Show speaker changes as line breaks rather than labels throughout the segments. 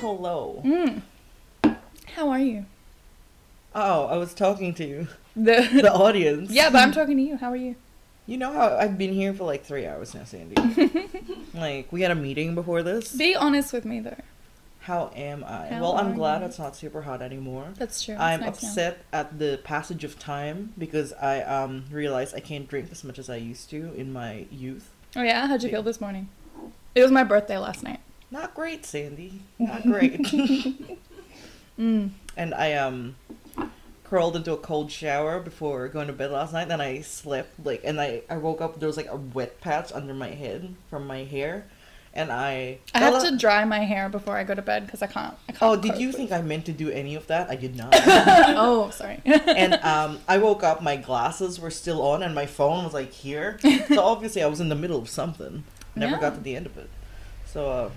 hello.
Mm. How are you?
Oh, I was talking to
The,
the audience.
yeah, but I'm talking to you. How are you?
You know how I've been here for like three hours now, Sandy. like we had a meeting before this.
Be honest with me, though.
How am I?
How
well,
are
I'm glad
you?
it's not super hot anymore.
That's true. It's
I'm
nice now.
upset at the passage of time because I um realized I can't drink as much as I used to in my youth.
Oh yeah, how'd you feel this morning? It was my birthday last night.
Not great, Sandy. Not great.
Mm.
and I um curled into a cold shower before going to bed last night. Then I slept like, and I I woke up. There was like a wet patch under my head from my hair, and I
I have
Ella-
to dry my hair before I go to bed because I can't. I can't
uh, Oh, did
cope
you
with-
think I meant to do any of that? I did not.
oh, sorry.
and um, I woke up. My glasses were still on, and my phone was like here. So obviously, I was in the middle of something. Never
Yeah.
got to the end of it. So uh,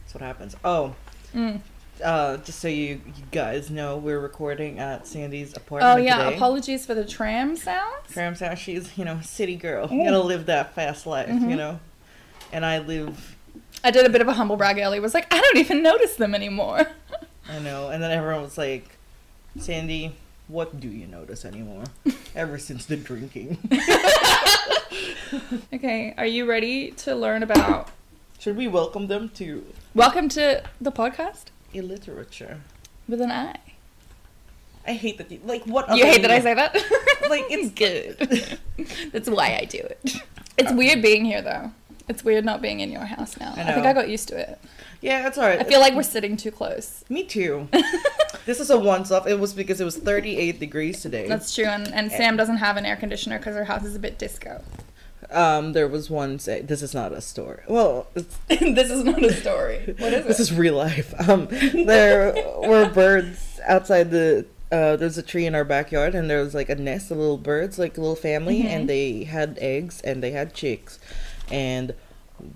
that's what happens. Oh,
Mm.
uh, just so you, you guys know, we're recording at Sandy's apartment
Oh yeah,
today.
apologies for the tram sounds.
Graham's house. She's you know a city girl.
Ooh.
You gotta live that fast life,
Mhm.
you know. And I live,
I did a bit of a humble brag earlier. Was like, I don't even notice them anymore.
I know. And then everyone was like, Sandy, what do you notice anymore? Ever since the drinking.
Okay, are you ready to learn about?
Should we welcome them to
Welcome to the podcast
illiterature?
with an I.
I hate that. You, like what?
You
other-
hate that I say that?
Like it's
good. That's why I do it. It's weird being here though. It's weird not being in your house now.
I
I, think
know.
I got used to it.
Yeah, it's alright.
I feel like we're sitting too close.
Me too. this is a once-off. It was because it was 38 degrees today.
That's true. And, and Sam doesn't have an air conditioner because her house is a bit disco.
Um, there was one. Say, this is not a store. Well, it's,
this is not a story. What is
this
it?
is real life. Um, there were birds outside the. Uh, there's a tree in our backyard, and there was like a nest of little birds, like a little family,
Mm-hmm.
and they had eggs and they had chicks, and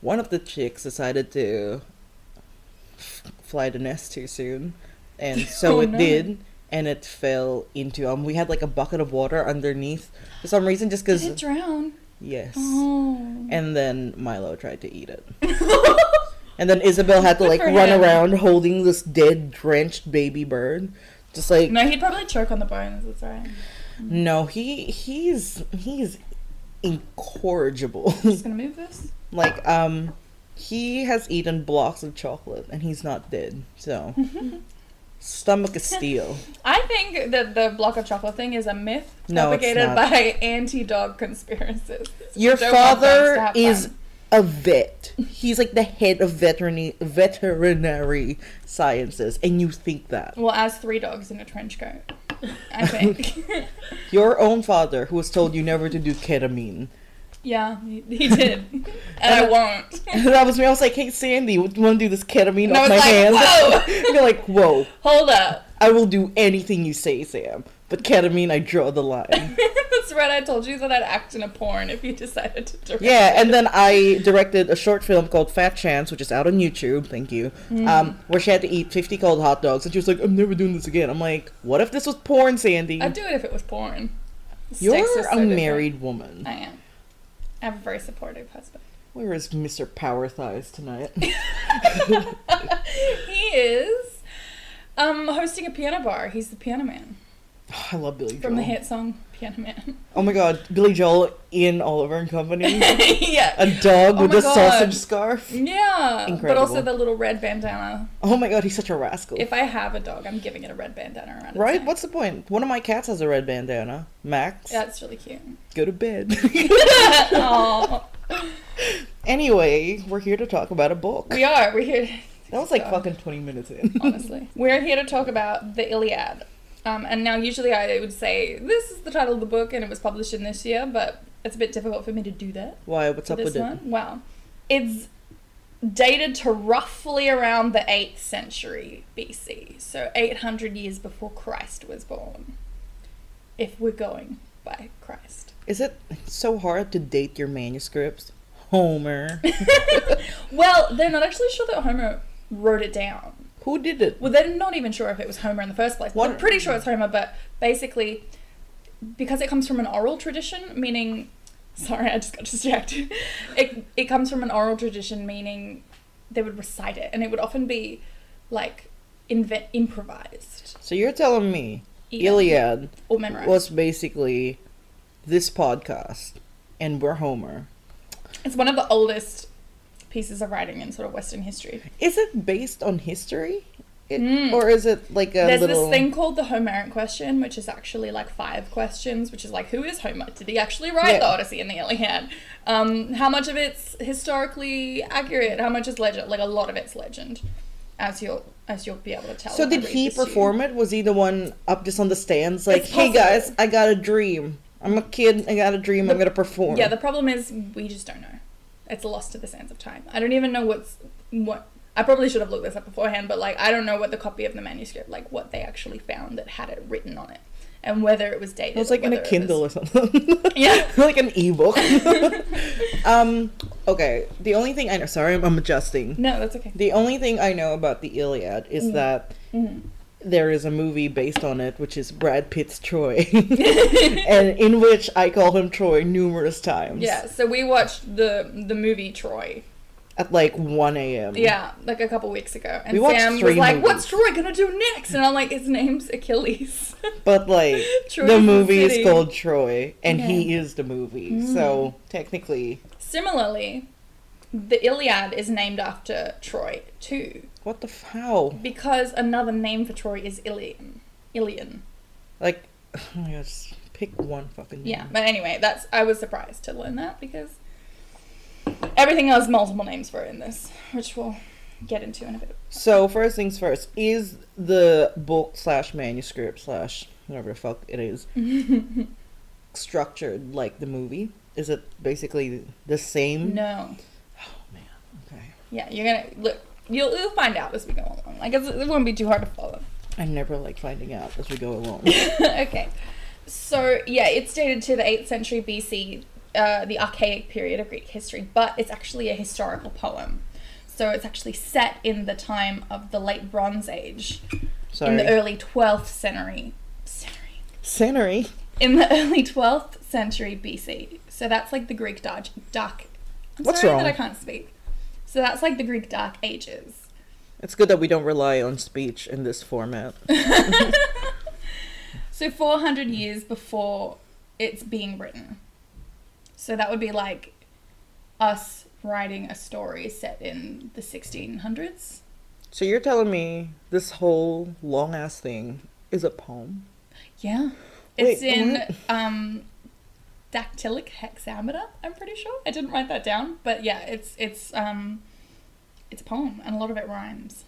one of the chicks decided to f- fly the nest too soon, and so
Oh,
it
no.
did, and it fell into um. We had like a bucket of water underneath for some reason, just
Did it
because.
drown?
Yes.
Oh.
And then Milo tried to eat it. And then Isabel had to
Good
like
for
run
him.
around holding this dead, drenched baby bird. Just like no,
no, he'd probably choke on the bones. That's right.
he he's he's incorrigible.
I'm just gonna move this.
like um, he has eaten blocks of chocolate and he's not dead. So stomach is steel.
I think that the block of chocolate thing is a myth
No, it's
propagated
not.
by anti-dog conspiracists.
Your
Don't want dogs to
father
have
is
fun.
a vet. He's like the head of veterinary veterinary sciences, and you think that.
well, as three dogs in a trench coat. I think.
Your own father, who was told you never to do ketamine.
yeah, he, he did, and I won't.
that was me. I was like, "Hey, Sandy, want to do this ketamine
And I
off
was
my
like,
hands?"
"Whoa!"
You're like, "Whoa,
Hold up.
I will do anything you say, Sam, but ketamine, I draw the line."
That's right. I told you that I'd act in a porn if you decided to direct.
yeah, and then I directed a short film called Fat Chance, which is out on YouTube. Thank you.
Mm.
Um, where she had to eat 50 cold hot dogs, and she was like, "I'm never doing this again." I'm like, "What if this was porn, Sandy?
I'd do it if it was porn.
You're
Sex is so
a
different.
married woman."
I am. I have a very supportive husband.
Where is Mr. Power Thighs tonight?
He is um, hosting a piano bar. He's the piano man
I love Billy Joel.
from the hit song Piano Man.
Oh my God, Billy Joel in Oliver and Company.
yeah.
A dog
Oh
with
my
a
God.
sausage scarf.
Yeah. But also
Incredible.
the little red bandana.
Oh my god, he's such a rascal.
If I have a dog, I'm giving it a red bandana around. its
right?
neck.
What's the point? One of my cats has a red bandana. Max,
That's really cute.
go to bed.
Oh,
anyway, we're here to talk about a book.
we are. We're here.
that was like
so-
fucking 20 minutes in.
honestly. We're here to talk about the Iliad. Um, and now, usually, I would say this is the title of the book and it was published in this year, but it's a bit difficult for me to do that.
Why? What's
for
up
this
with
one. Wow. It's dated to roughly around the 8th century BC, so 800 years before Christ was born, if we're going by Christ.
it? Is it so hard to date your manuscripts? Homer.
Well, they're not actually sure that Homer wrote it down.
Who did it?
Well, they're not even sure if it was Homer in the first place.
What-
I'm pretty sure it's Homer, but basically, because it comes from an oral tradition, meaning, sorry, I just got distracted. It it comes from an oral tradition, meaning they would recite it, and it would often be like invent improvised
So you're telling me
even,
Iliad
or memorized.
was basically this podcast, and we're Homer.
it's one of the oldest pieces of writing in sort of Western history.
Is it based on history, it,
Mm.
or is it like a
There's
little?
this thing called the Homeric question, which is actually like five questions, which is like, who is Homer? Did he actually write
Yeah.
the Odyssey and the Iliad? Um, how much of it's historically accurate? How much is legend? Like a lot of it's legend, as you'll as you'll be able to tell.
so
when I
did
read
he
this to you.
perform it? Was he the one up just on the stands, like,
It's
"Hey
possible.
guys, I got a dream. I'm a kid. I got a dream. I'm
The-
gonna perform."
Yeah, the problem is we just don't know. It's lost to the sands of time. I don't even know what's what. I probably should have looked this up beforehand, but like I don't know what the copy of the manuscript, like what they actually found that had it written on it, and whether it was dated.
it was
or
like in a
whether was-
Kindle or something.
Yeah.
like an ebook. um. Okay. The only thing I know. Sorry, I'm, I'm adjusting.
No, that's okay.
The only thing I know about the Iliad is
Mm-hmm.
that there is a movie based on it, which is Brad Pitt's Troy, and in which I call him Troy numerous times.
Yeah, so we watched the the movie Troy.
At like 1 a.m.
Yeah, like a couple weeks ago,
Mm-hmm.
and
We watched
Sam was
three
like,
movies.
"What's Troy gonna do next?" And I'm like, "His name's Achilles."
But like
Troy's
the
the
movie
city.
is called Troy, and he
Yeah. Mm.
is the movie. So technically,
Similarly, the Iliad is named after Troy too,
what the f- how?
because another name for Troy is Ilion. Ilion.
Like, oh my gosh, pick one fucking. name.
Yeah, but anyway, that's I was surprised to learn that because everything has multiple names for it in this, which we'll get into in a bit.
So first things first, is the book slash manuscript slash whatever the fuck it is structured like the movie? Is it basically the same? Oh,
No.
Okay.
Yeah, you're gonna look. You'll, you'll find out as we go along. Like it's, it won't be too hard to follow.
I never like finding out as we go along.
okay, so yeah, it's dated to the 8th century BC, uh, the archaic period of Greek history, but it's actually a historical poem. So it's actually set in the time of the late Bronze Age, in
Sorry.
the early 12th century. Century.
Scenery.
In the early 12th century BC. So that's like the Greek dark. dark I'm
What's
sorry
wrong?
that I can't speak. So that's like the Greek Dark Ages.
It's good that we don't rely on speech in this format.
So 400 years before it's being written. So that would be like us writing a story set in the 1600s.
So you're telling me this whole long ass thing is a poem?
Yeah. It's
Wait,
in
what?
um dactylic hexameter, I'm pretty sure. I didn't write that down, but yeah, it's it's um it's a poem and a lot of it rhymes.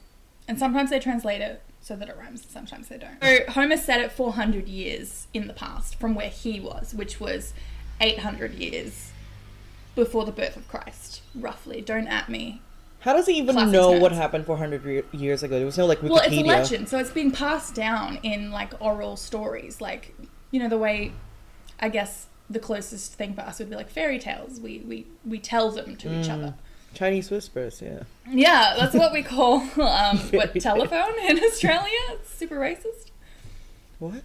And sometimes they translate it so that it rhymes, and sometimes they don't. So Homer set it 400 years in the past from where he was, which was 800 years before the birth of Christ, roughly. Don't at me.
How does he even
Classic
know what
notes.
happened 400 re- years ago? There was no like Wikipedia.
Well, it's a legend, so it's been passed down in like oral stories, like you know the way. I guess the closest thing for us would be like fairy tales. We we we tell them to each
Mm.
other.
Chinese whispers, yeah.
Yeah, that's what we call um, what
Fairy
telephone in Australia. It's super racist.
What?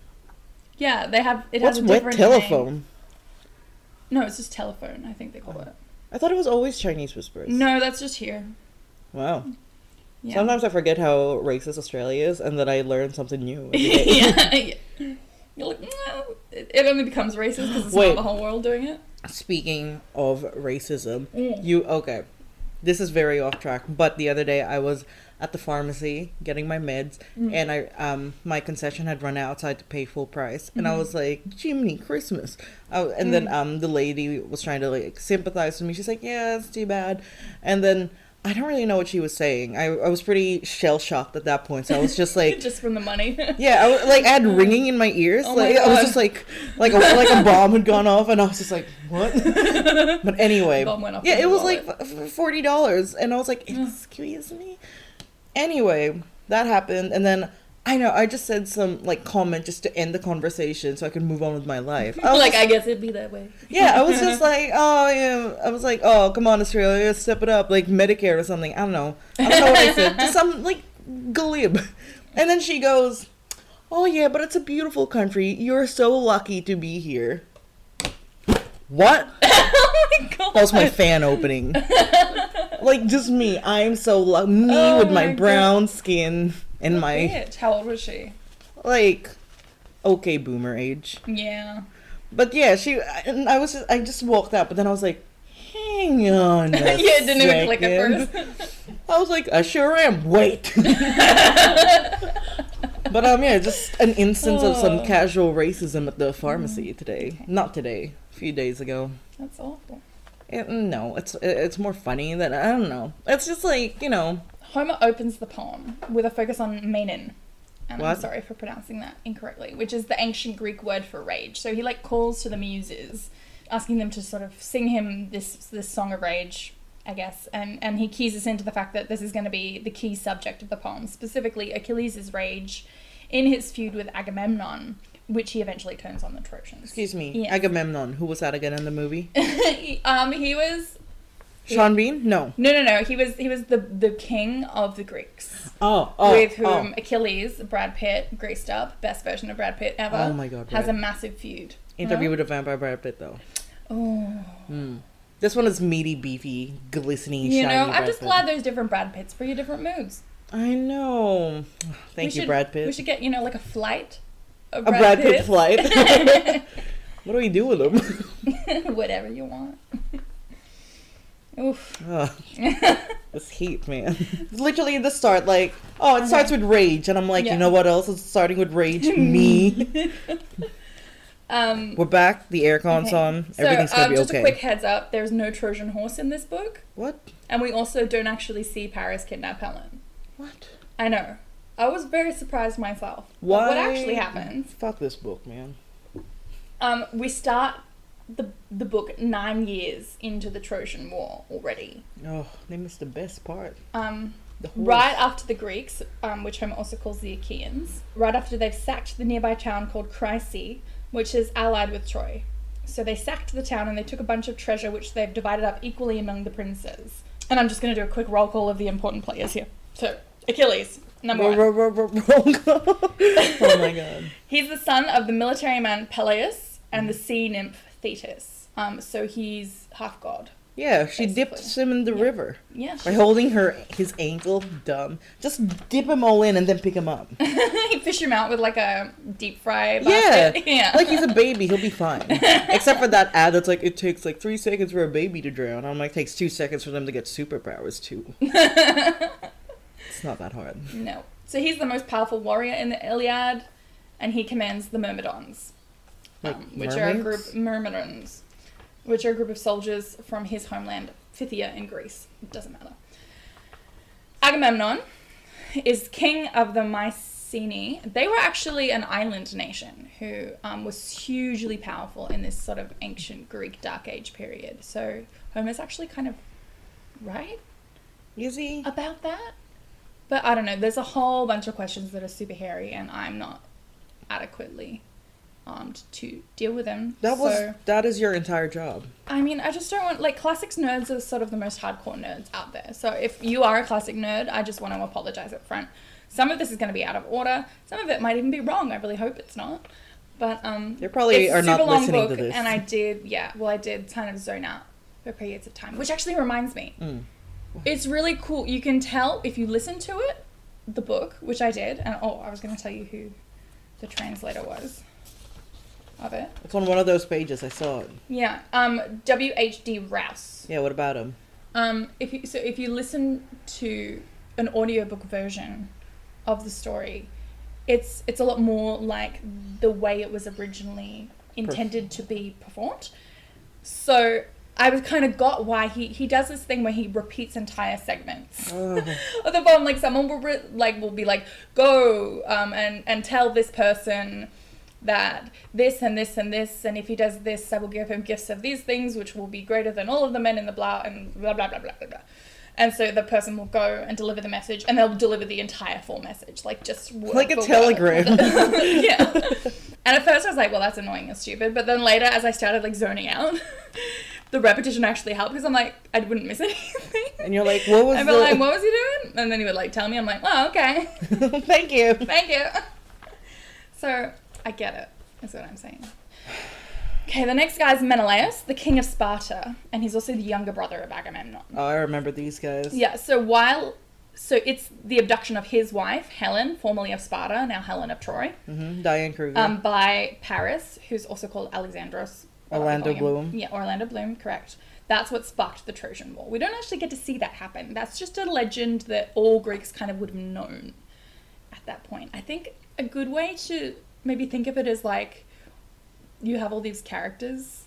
Yeah, they have it
What's
has a
wet
different
telephone?
name. No, it's just telephone. I think they call it.
I thought it was always Chinese whispers.
No, that's just here.
Wow.
Yeah.
Sometimes I forget how racist Australia is, and then I learn something new. Every day.
yeah, yeah. You're like, "No." it it only becomes racist because it's
Wait.
not the whole world doing it.
Speaking of racism,
Mm.
you okay? This is very off track, but the other day I was at the pharmacy getting my meds,
Mm.
and I um my concession had run out, so I had to pay full price, and
Mm.
I was like, "Jiminy Christmas!" Oh, and then um the lady was trying to like sympathize with me. She's like, "Yeah, it's too bad," and then. I don't really know what she was saying. I, I was pretty shell shocked at that point, so I was just like,
just from the money.
Yeah, I was, like I had ringing in my ears.
Oh my
like I was
God.
just like, like a, like a bomb had gone off, and I was just like, what? but anyway,
Bomb went off
yeah,
in
it
your
was like f- forty dollars, and I was like, excuse me. Anyway, that happened, and then I know I just said some like comment just to end the conversation so I could move on with my life. I was
like,
just-
I guess it'd be that way.
yeah, I was just like, oh, yeah. I was like, oh, come on, Australia, step it up, like Medicare or something. I don't know. I don't know what I said. Just some like glib. And then she goes, oh yeah, but it's a beautiful country. You're so lucky to be here. What?
oh my god.
That was my fan opening. like just me. I'm so lo- me
Oh
with my,
my God.
brown skin and my
Bitch, how old was she?
like okay boomer age.
Yeah.
But yeah, she and I was just, I just walked out, but then I was like, hang on.
yeah,
A
it didn't even click
second.
at first.
I was like, I sure am. Wait. but um, yeah, just an instance of some
Oh. Mm-hmm.
casual racism at the pharmacy today. Not today. A few days ago.
That's awful.
It, mm, no, it's it, it's more funny than I don't know. It's just like you know.
Homer opens the poem with a focus on menin. And I'm
What?
sorry for pronouncing that incorrectly, which is the ancient Greek word for rage. So he like calls to the muses, asking them to sort of sing him this this song of rage, I guess. And and he keys us into the fact that this is going to be the key subject of the poem, specifically Achilles' rage in his feud with Agamemnon, which he eventually turns on the Trojans.
Excuse me,
Yeah.
Agamemnon. Who was that again in the movie?
um, he was
Sean Bean? No.
no, no, no. He was he was the the king of the Greeks.
Oh, oh,
with whom
oh.
Achilles, Brad Pitt, greased up, best version of Brad Pitt ever.
Oh my God,
uh, has
Brad.
a massive feud.
Interview with a Vampire Brad Pitt though.
Oh,
This one is meaty, beefy, glistening,
you
shiny.
know, I'm
Brad
just
Pitt.
glad there's different Brad Pitts for your different moods.
I know.
We
Thank you,
should-
Brad Pitt.
We should get you know like a flight of
a
Brad,
Brad Pitt
Pitt,
flight. what do we do with them?
whatever you want. Oof.
Ugh. this heat, man. Literally the start, like, oh, it starts with rage, and I'm like,
Uh-huh. Yeah.
you know what else is starting with rage? Me.
Um.
We're back. The aircon's
okay.
on.
So,
Everything's gonna
um,
be
just
okay.
a quick heads up: there's no Trojan horse in this book,
What?
and we also don't actually see Paris kidnap Helen.
What?
I know. I was very surprised myself. at
Why?
What actually happens?
Fuck this book, man.
Um, we start the the book nine years into the Trojan War already.
Oh, they missed the best part.
Um,
The horse.
right after the Greeks, um, which Homer also calls the Achaeans, right after they've sacked the nearby town called Chryse, which is allied with Troy. So they sacked the town and they took a bunch of treasure, which they've divided up equally among the princes. And I'm just going to do a quick roll call of the important players here. So Achilles, number
Ro-
one.
ro- ro- ro- wrong. oh my god.
He's the son of the military man Peleus and the sea nymph Thetis. Um, so he's half god.
Yeah, she dipped
Basically.
him in the river
Yeah.
by holding her his ankle. Dumb. Just dip him all in and then pick him up.
he fish him out with like a deep fry
Yeah.
basket. Yeah.
Like he's a baby, he'll be fine. Except for that ad that's like it takes like three seconds for a baby to drown. I'm like, it takes two seconds for them to get superpowers too. it's not that hard.
no. So he's the most powerful warrior in the Iliad, and he commands the Myrmidons,
Like
um, which are a
mermaids?
group Myrmidons, which are a group of soldiers from his homeland Phthia in Greece. It doesn't matter. Agamemnon is king of the Mycenae. They were actually an island nation who um, was hugely powerful in this sort of ancient Greek Dark Age period. So Homer's actually kind of right Mm-hmm.
Is he?
about that. But I don't know. There's a whole bunch of questions that are super hairy, and I'm not adequately armed to deal with them.
That was
So,
that is your entire job.
I mean, I just don't want like classics nerds are sort of the most hardcore nerds out there. So if you are a classic nerd, I just want to apologize up front. Some of this is going to be out of order. Some of it might even be wrong. I really hope it's not. But um,
They probably
it's
are not
super long
listening to
book,
this.
And I did, yeah. Well, I did kind of zone out for periods of time, which actually reminds me.
Mm.
It's really cool. You can tell if you listen to it, the book, which I did, and oh, I was going to tell you who the translator was of it.
It's on one of those pages. I saw it.
Yeah, um, W. H. D. Rouse.
Yeah, what about him?
Um, if you so if you listen to an audiobook version of the story, it's it's a lot more like the way it was originally intended to be performed. So I was kind of got why he he does this thing where he repeats entire segments
Oh.
of the poem. Like someone will re- like will be like go um, and and tell this person that this and this and this and if he does this I will give him gifts of these things which will be greater than all of the men in the blah and blah blah blah blah blah blah. And so the person will go and deliver the message and they'll deliver the entire full message like just word
Like a
for word.
telegram.
yeah. And at first I was like, well, that's annoying and stupid. But then later, as I started like zoning out, the repetition actually helped because I'm like, I wouldn't miss anything.
And you're like, what was
I'd be
the-
like, what was he doing? And then he would like tell me. I'm like, oh, okay,
Thank you.
thank you. So I get it. Is what I'm saying. Okay, the next guy is Menelaus, the king of Sparta, and he's also the younger brother of Agamemnon.
Oh, I remember these guys.
Yeah, so while so it's the abduction of his wife, Helen, formerly of Sparta, now Helen of Troy,
hmm Diane Kruger.
um, by Paris, who's also called Alexandros. what are they
Orlando
calling him?
Bloom.
Yeah, Orlando Bloom, correct. That's what sparked the Trojan War. We don't actually get to see that happen. That's just a legend that all Greeks kind of would have known at that point. I think a good way to maybe think of it is like you have all these characters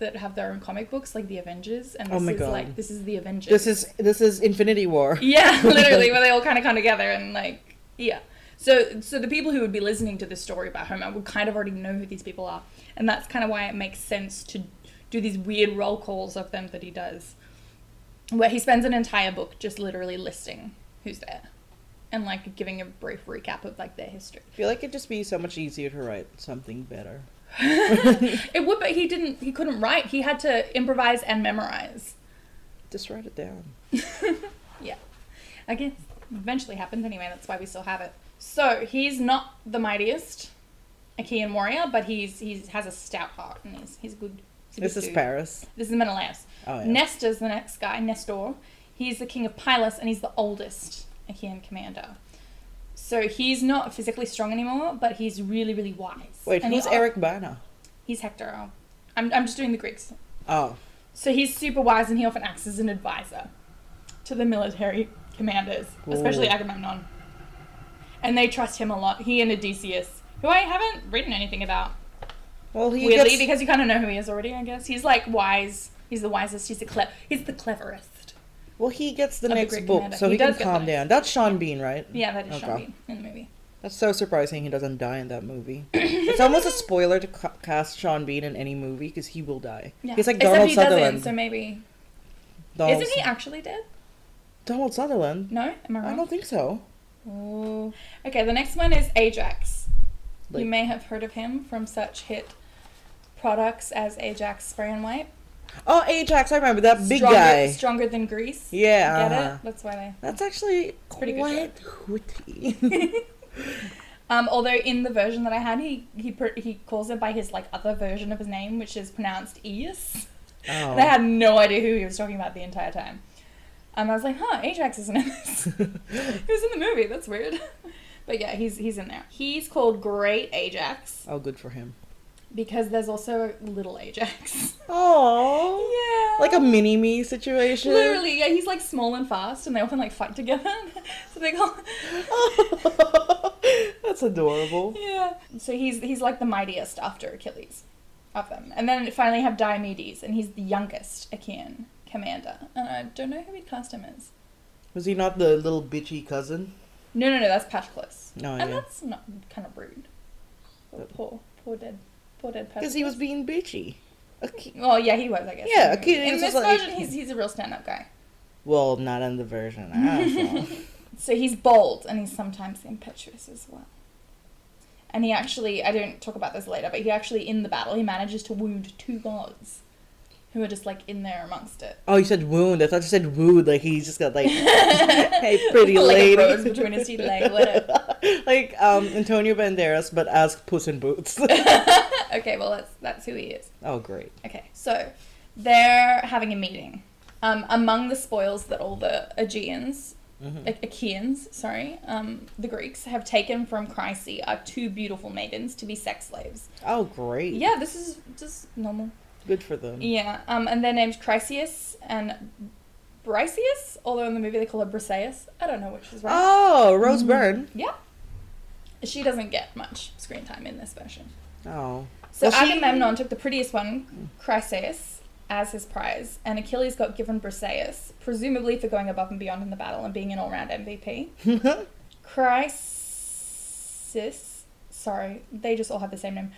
that have their own comic books, like the Avengers, and
Oh
this
my
is
God.
like this is the Avengers.
this is this is Infinity War.
Yeah, literally, where they all kind of come together and like, yeah. So, so the people who would be listening to this story about Homer would kind of already know who these people are, and that's kind of why it makes sense to do these weird roll calls of them that he does, where he spends an entire book just literally listing who's there, and like giving a brief recap of like their history.
I feel like it'd just be so much easier to write something better.
It would, but he didn't. He couldn't write. He had to improvise and memorize.
Just write it down.
Yeah. Again, eventually happened anyway, that's why we still have it. So he's not the mightiest Achaean warrior, but he's he's has a stout heart and he's he's good. he's a
This
good
is
dude.
Paris.
This is Menelaus.
Oh yeah.
Nestor's the next guy, Nestor. He's the king of Pylos and he's the oldest Achaean commander. So he's not physically strong anymore, but he's really, really wise.
Wait,
And he-
who's Eric Bana?
He's Hector. I'm, I'm just doing the Greeks.
Oh,
So he's super wise and he often acts as an advisor to the military commanders, especially
Ooh.
Agamemnon. And they trust him a lot. He and Odysseus, who I haven't written anything about,
well he
weirdly,
gets
because you kind of know who he is already, I guess. He's like wise. He's the wisest. He's the cle- He's the cleverest.
well he gets the
the
next
Greek
book,
commander.
so
He
he, can
does get the
calm
next-
down. That's Sean Bean, right?
Yeah, that is Sean
Okay.
Bean in the movie.
That's so surprising he doesn't die in that movie. it's almost a spoiler to ca- cast Sean Bean in any movie because he will die.
Yeah.
He's like
Except
Donald
he
Sutherland.
doesn't, so maybe.
Donald,
Isn't he Uh-huh. actually dead?
Donald Sutherland?
No? Am I
I
wrong?
don't think so.
Ooh. Mm. Okay, the next one is Ajax.
Like-
you may have heard of him from such hit products as Ajax Spray and Wipe.
Oh, Ajax, I remember that big
stronger,
guy.
Stronger than Greece.
Yeah.
Get
uh-huh.
it? That's why they.
That's actually
Pretty good
quite hooty.
Um, although in the version that I had, he he pr- he calls it by his like other version of his name, which is pronounced Eus.
oh.
And I had no idea who he was talking about the entire time. Um, I was like, huh, Ajax isn't in this. he was in the movie. That's weird. But yeah, he's he's in there. He's called Great Ajax
oh, good for him.
because there's also Little Ajax.
Oh.
yeah.
Like a mini me situation.
Literally, yeah, he's like small and fast, and they often like fight together. so they call.
That's adorable.
Yeah. So he's he's like the mightiest after Achilles, of them. And then finally have Diomedes, and he's the youngest Achaean commander. And I don't know who he cast him as.
Was he not the little bitchy cousin?
No, no, no, that's Patroclus.
No,
and
Oh, yeah.
that's not kind of rude. Poor, poor, poor dead, poor dead Patroclus.
Because he was being bitchy. Okay.
Well, yeah, he was, I guess.
Yeah,
in the movie.
Achilles
In
was
this
like-
version, he's he's a real stand-up guy.
Well, not in the version. I don't know.
So he's bold and he's sometimes impetuous as well. And he actually, I don't talk about this later, but he actually, in the battle, he manages to wound two gods who are just like in there amongst it.
oh, you said wound. I thought you said wooed. Like he just got like, hey, pretty
like
lady.
a rose between his teeth, like whatever.
like um, Antonio Banderas, but as Puss in Boots.
okay, well that's that's who he is.
oh, great.
Okay, so they're having a meeting. Um, among the spoils that all the Aegeans, A- Achaeans, sorry, um, the Greeks have taken from Chryse are two beautiful maidens to be sex slaves.
Oh, great.
Yeah, this is just normal.
Good for them.
Yeah, um, and they're named Chryseis and Briseis, although in the movie they call her Briseis. I don't know which is right.
Oh,
Mm.
Rose Byrne.
Yeah. She doesn't get much screen time in this version.
Oh.
So
Well, she-
Agamemnon took the prettiest one, Chryseis, as his prize, and Achilles got given Briseis, presumably for going above and beyond in the battle and being an all round MVP. Chrysis, sorry, they just all have the same name.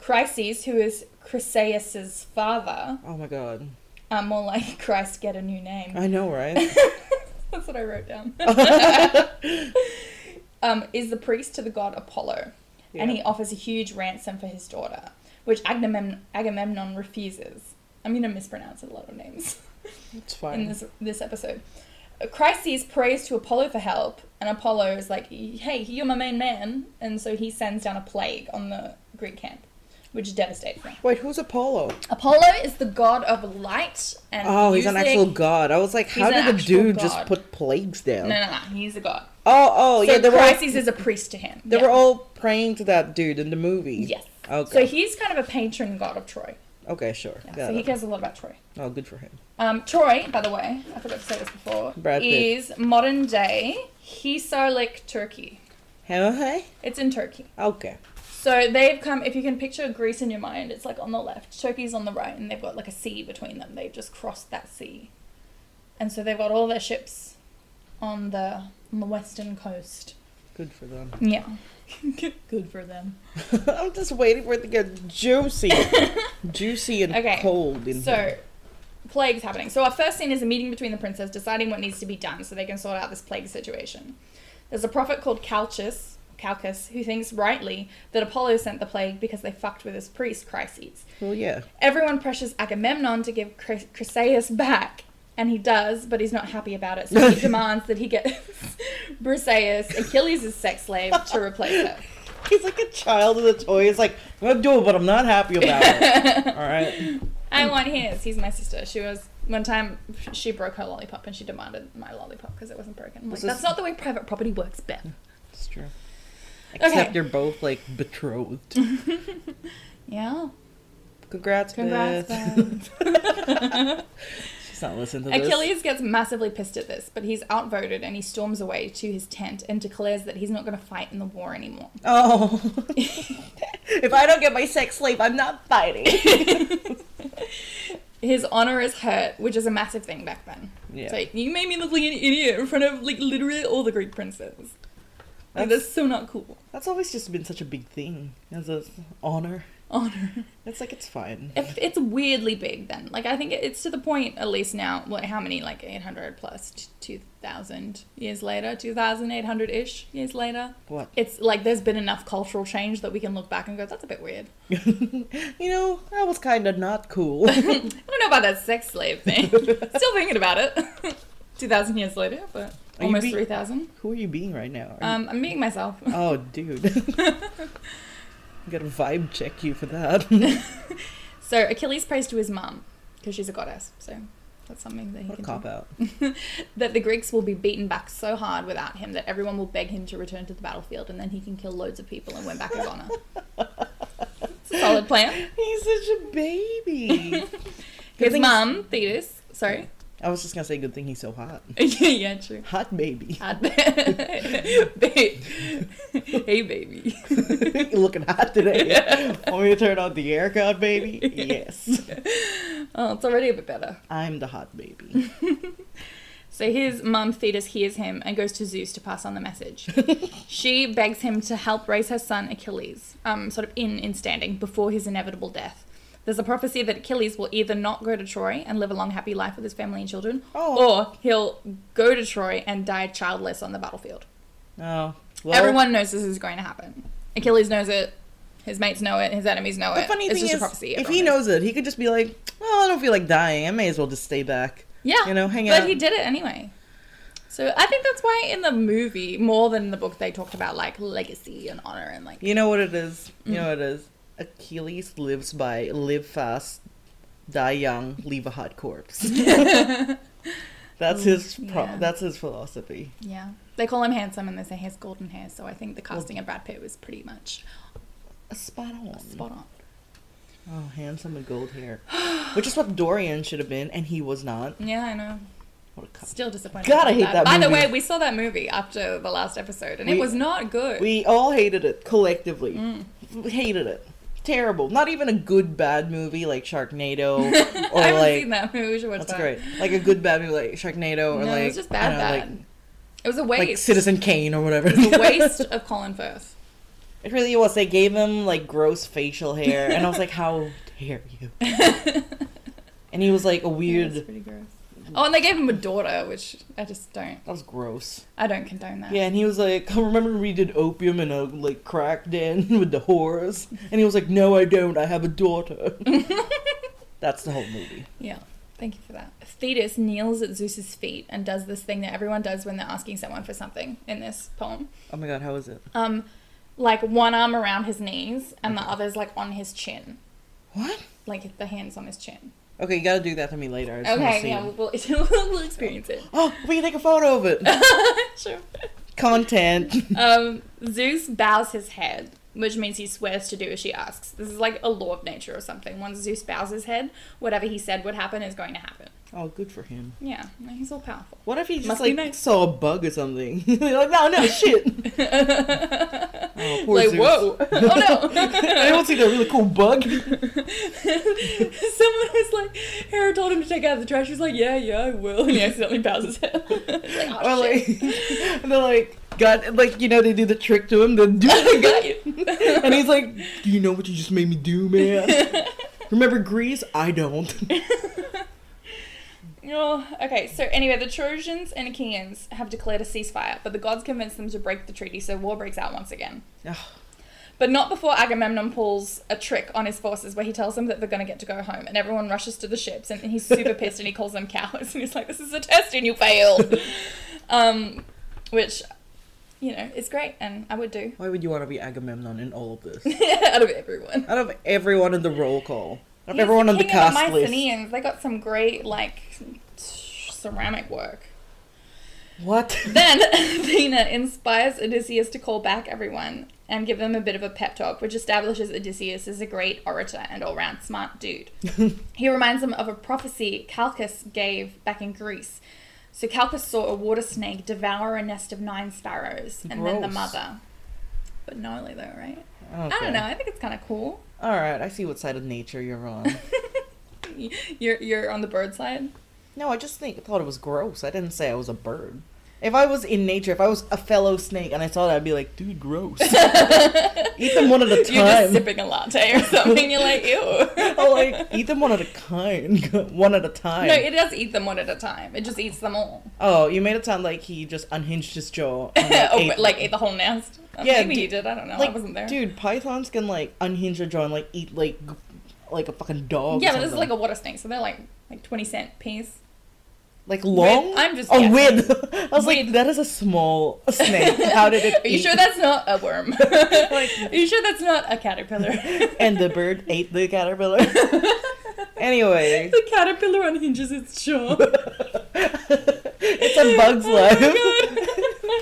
Chryses, who is Chryseis's father,
oh my god.
um, more like Christ get a new name.
I know, right?
That's what I wrote down. um, is the priest to the god Apollo, and
Yeah.
he offers a huge ransom for his daughter, which Agamem- Agamemnon refuses. I'm gonna mispronounce a lot of names
It's
in
fine.
this this episode. Chryses prays to Apollo for help, and Apollo is like, "Hey, you're my main man," and so he sends down a plague on the Greek camp. which devastated me.
Wait, who's Apollo?
Apollo is the god of light and
Oh, he's an
music.
actual god. I was like, how
an
did the
actual
dude just
god.
put plagues down?
No, no, no. He's a god.
Oh, oh,
So
yeah, they were all,
Chryses is a priest to him.
they
yeah.
were all praying to that dude in the movie.
Yes.
Okay.
So he's kind of a patron god of Troy.
okay, sure.
Yeah,
Got
so he
it.
cares a lot about Troy.
Oh, good for him.
Um, Troy, by the way, I forgot to say this before,
Brad Pitt.
is modern day Hisarlik, Turkey.
Okay.
It's in Turkey.
oh, Okay.
So they've come, if you can picture Greece in your mind, it's like on the left, Turkey's on the right, and they've got like a sea between them. They've just crossed that sea. And so they've got all their ships on the on the western coast.
Good for them.
Yeah. Good for them.
I'm just waiting for it to get juicy. juicy and
Okay,
cold in
So
here.
plague's happening. So our first scene is a meeting between the princes deciding what needs to be done so they can sort out this plague situation. There's a prophet called Calchas, Calchas, who thinks rightly that Apollo sent the plague because they fucked with his priest Chryses.
Well, yeah.
Everyone pressures Agamemnon to give Chry- Chryseis back, and he does, but he's not happy about it, so he demands that he gets Briseis, Achilles' sex slave, to replace her.
He's like a child with a toy. He's like, I'm gonna do it, but I'm not happy about it. All right.
I want his. He's my sister. She was one time she broke her lollipop and she demanded my lollipop because it wasn't broken. I'm like,
Was this-
that's not the way private property works, Ben.
It's true. Except
Okay.
you're both like betrothed.
Yeah.
Congrats,
Congrats.
Beth.
Ben.
She's not listening to this.
Achilles gets massively pissed at this, but he's outvoted and he storms away to his tent and declares that he's not going to fight in the war anymore.
Oh. if I don't get my sex sleep, I'm not fighting.
His honor is hurt, which is a massive thing back then.
Yeah.
So you made me look like an idiot in front of like literally all the Greek princes. Like,
That's-
that's so not cool.
That's always just been such a big thing as an honor.
Honor.
It's like it's fine.
if it's weirdly big then like i think it- it's to the point at least now what how many like 800 plus t- 2000 years later 2800-ish years later
What?
it's like there's been enough cultural change that we can look back and go that's a bit weird
you know, that was kind of not cool.
i don't know about that sex slave thing still thinking about it 2000 years later but
you
almost
being-
3000
Who are you being right now? Are you-
um, i'm being myself
Oh, dude. I gotta vibe check you for that.
so achilles prays to his mum because she's a goddess so that's something that he
what a
can do.
cop out.
that the Greeks will be beaten back so hard without him that everyone will beg him to return to the battlefield and then he can kill loads of people and win back his honor. It's a solid plan.
He's such a baby.
His
thing-
mum, Thetis, sorry.
I was just gonna say, good thing he's so hot.
yeah, true.
Hot baby.
Bad babe. hey, baby.
you looking hot today. Want me to turn on the aircon, baby? Yes.
Oh, it's already a bit better.
I'm the hot baby.
So his mum, Thetis, hears him and goes to Zeus to pass on the message. she begs him to help raise her son Achilles, um, sort of in in standing before his inevitable death. There's a prophecy that Achilles will either not go to Troy and live a long, happy life with his family and children,
Oh.
or he'll go to Troy and die childless on the battlefield.
Oh. Well,
Everyone knows this is going to happen. Achilles knows it. His mates know it. His enemies know
The
it.
funny
it's
thing
just
is,
a prophecy.
if
everyone
he knows it, he could just be like, "Oh, I don't feel like dying. I may as well just stay back."
Yeah.
You know, hang
but
out.
he did it anyway. So I think that's why in the movie, more than the book, they talked about like legacy and honor and like
You know what it is. You
Mm.
know what it is. Achilles lives by live fast, die young, leave a hot corpse. that's his. Pro-
yeah.
That's his philosophy.
yeah. They call him handsome and they say he has golden hair, so I think the casting of Brad Pitt was pretty much
Spot on.
spot on.
Oh, handsome with gold hair, which is what Dorian should have been, and he was not.
Yeah, I know.
What a cup.
Still disappointed.
God, I
about
hate that
By the
movie.
way, we saw that movie after the last episode and it
We-
was not good.
We all hated it collectively.
Mm.
We Hated it. Terrible. Not even a good bad movie like Sharknado or
I haven't
like
seen that movie. We should watch
That's
that.
great. Like a good bad movie, like Sharknado, or
No,
like
it was just bad,
I
bad.
don't know,
It was a
like, like
waste.
Citizen Kane or whatever.
it was a waste of Colin Firth.
it really was. They gave him like gross facial hair, and I was like, "How dare you?" and he was like a
Yeah, it's
weird.
pretty gross. Oh, and they gave him a daughter, which I just don't.
That was gross.
I don't condone that.
Yeah, and he was like, I remember we did opium in a like crack den with the whores, and he was like, "No, I don't. I have a daughter." That's the whole movie.
Yeah. Thank you for that. Thetis kneels at Zeus's feet and does this thing that everyone does when they're asking someone for something in this poem.
Oh my god, how is it?
Um, like one arm around his knees and the other's like on his chin,
What?
like the hands on his chin.
Okay, you gotta do that to me later. I just wanna
Okay,
see.
yeah, we'll, we'll, we'll experience it.
Oh, we can take a photo of it.
sure.
Content.
Um, Zeus bows his head, which means he swears to do as she asks. This is like a law of nature or something. Once Zeus bows his head, whatever he said would happen is going to happen.
Oh, good for him.
Yeah, he's all powerful.
What if he just
Must be
like
nice.
saw a bug or something? like, no, no, shit. Oh, poor
like,
Zeus.
whoa. Oh no.
Anyone see that really cool bug?
Someone was like, Hera told him to take out the trash. He's like, yeah, yeah, I will. And he accidentally bows his head. It's like,
or
oh,
like,
shit.
and they're like, God, like you know they do the trick to him, then do it
Got
again,
you.
and he's like, Do you know what you just made me do, man? Remember Greece? I don't.
Oh, okay, so anyway, the Trojans and Achaeans have declared a ceasefire, but the gods convince them to break the treaty, so war breaks out once again.
Ugh.
But not before Agamemnon pulls a trick on his forces where he tells them that they're going to get to go home, and everyone rushes to the ships, and he's super pissed and he calls them cowards, and he's like, This is a test, and you failed. um, which, you know, is great, and I would do
Why would you want to be Agamemnon in all of this?
out of everyone.
Out of everyone in the roll call, out of
He's
everyone on the
king of
cast list,
Mycenaeans. They got some great, like, ceramic work.
what?
Then Athena inspires Odysseus to call back everyone and give them a bit of a pep talk, which establishes Odysseus as a great orator and all round smart dude. he reminds them of a prophecy Calchas gave back in Greece. So Calchas saw a water snake devour a nest of nine sparrows and then the
Gross.
mother. But gnarly though, right? I
Okay.
don't know. I think it's kind of cool.
All right, I see what side of nature you're on.
Y- You're, you're on the bird side.
no, I just think thought it was gross. I didn't say I was a bird. If I was in nature, if I was a fellow snake and I saw that, I'd be like, dude, gross. Eat them one at a
You're just
time.
sipping a latte or something. You're like, ew.
Oh, like eat them one at a kind, one at a time.
No, it does eat them one at a time. It just eats them all.
oh, you made it sound like he just unhinged his jaw. And,
like,
like,
oh,
ate
but, like ate the whole nest. Uh,
Yeah,
maybe
du-
he did. I don't know.
like,
I wasn't there.
dude, pythons can like unhinge their jaw and like eat like g- like a fucking dog. or
yeah, but this is
something.
like a water snake, so they're like like twenty cent piece.
like long.
With- I'm just
oh
guessing.
with. I was like,
With.
that is a small snake. How did it?
Are you
eat?
sure that's not a worm?
Like-
Are you sure that's not a caterpillar?
and the bird ate the caterpillar. anyway,
the caterpillar unhinges its jaw. Oh
it's a bug's life.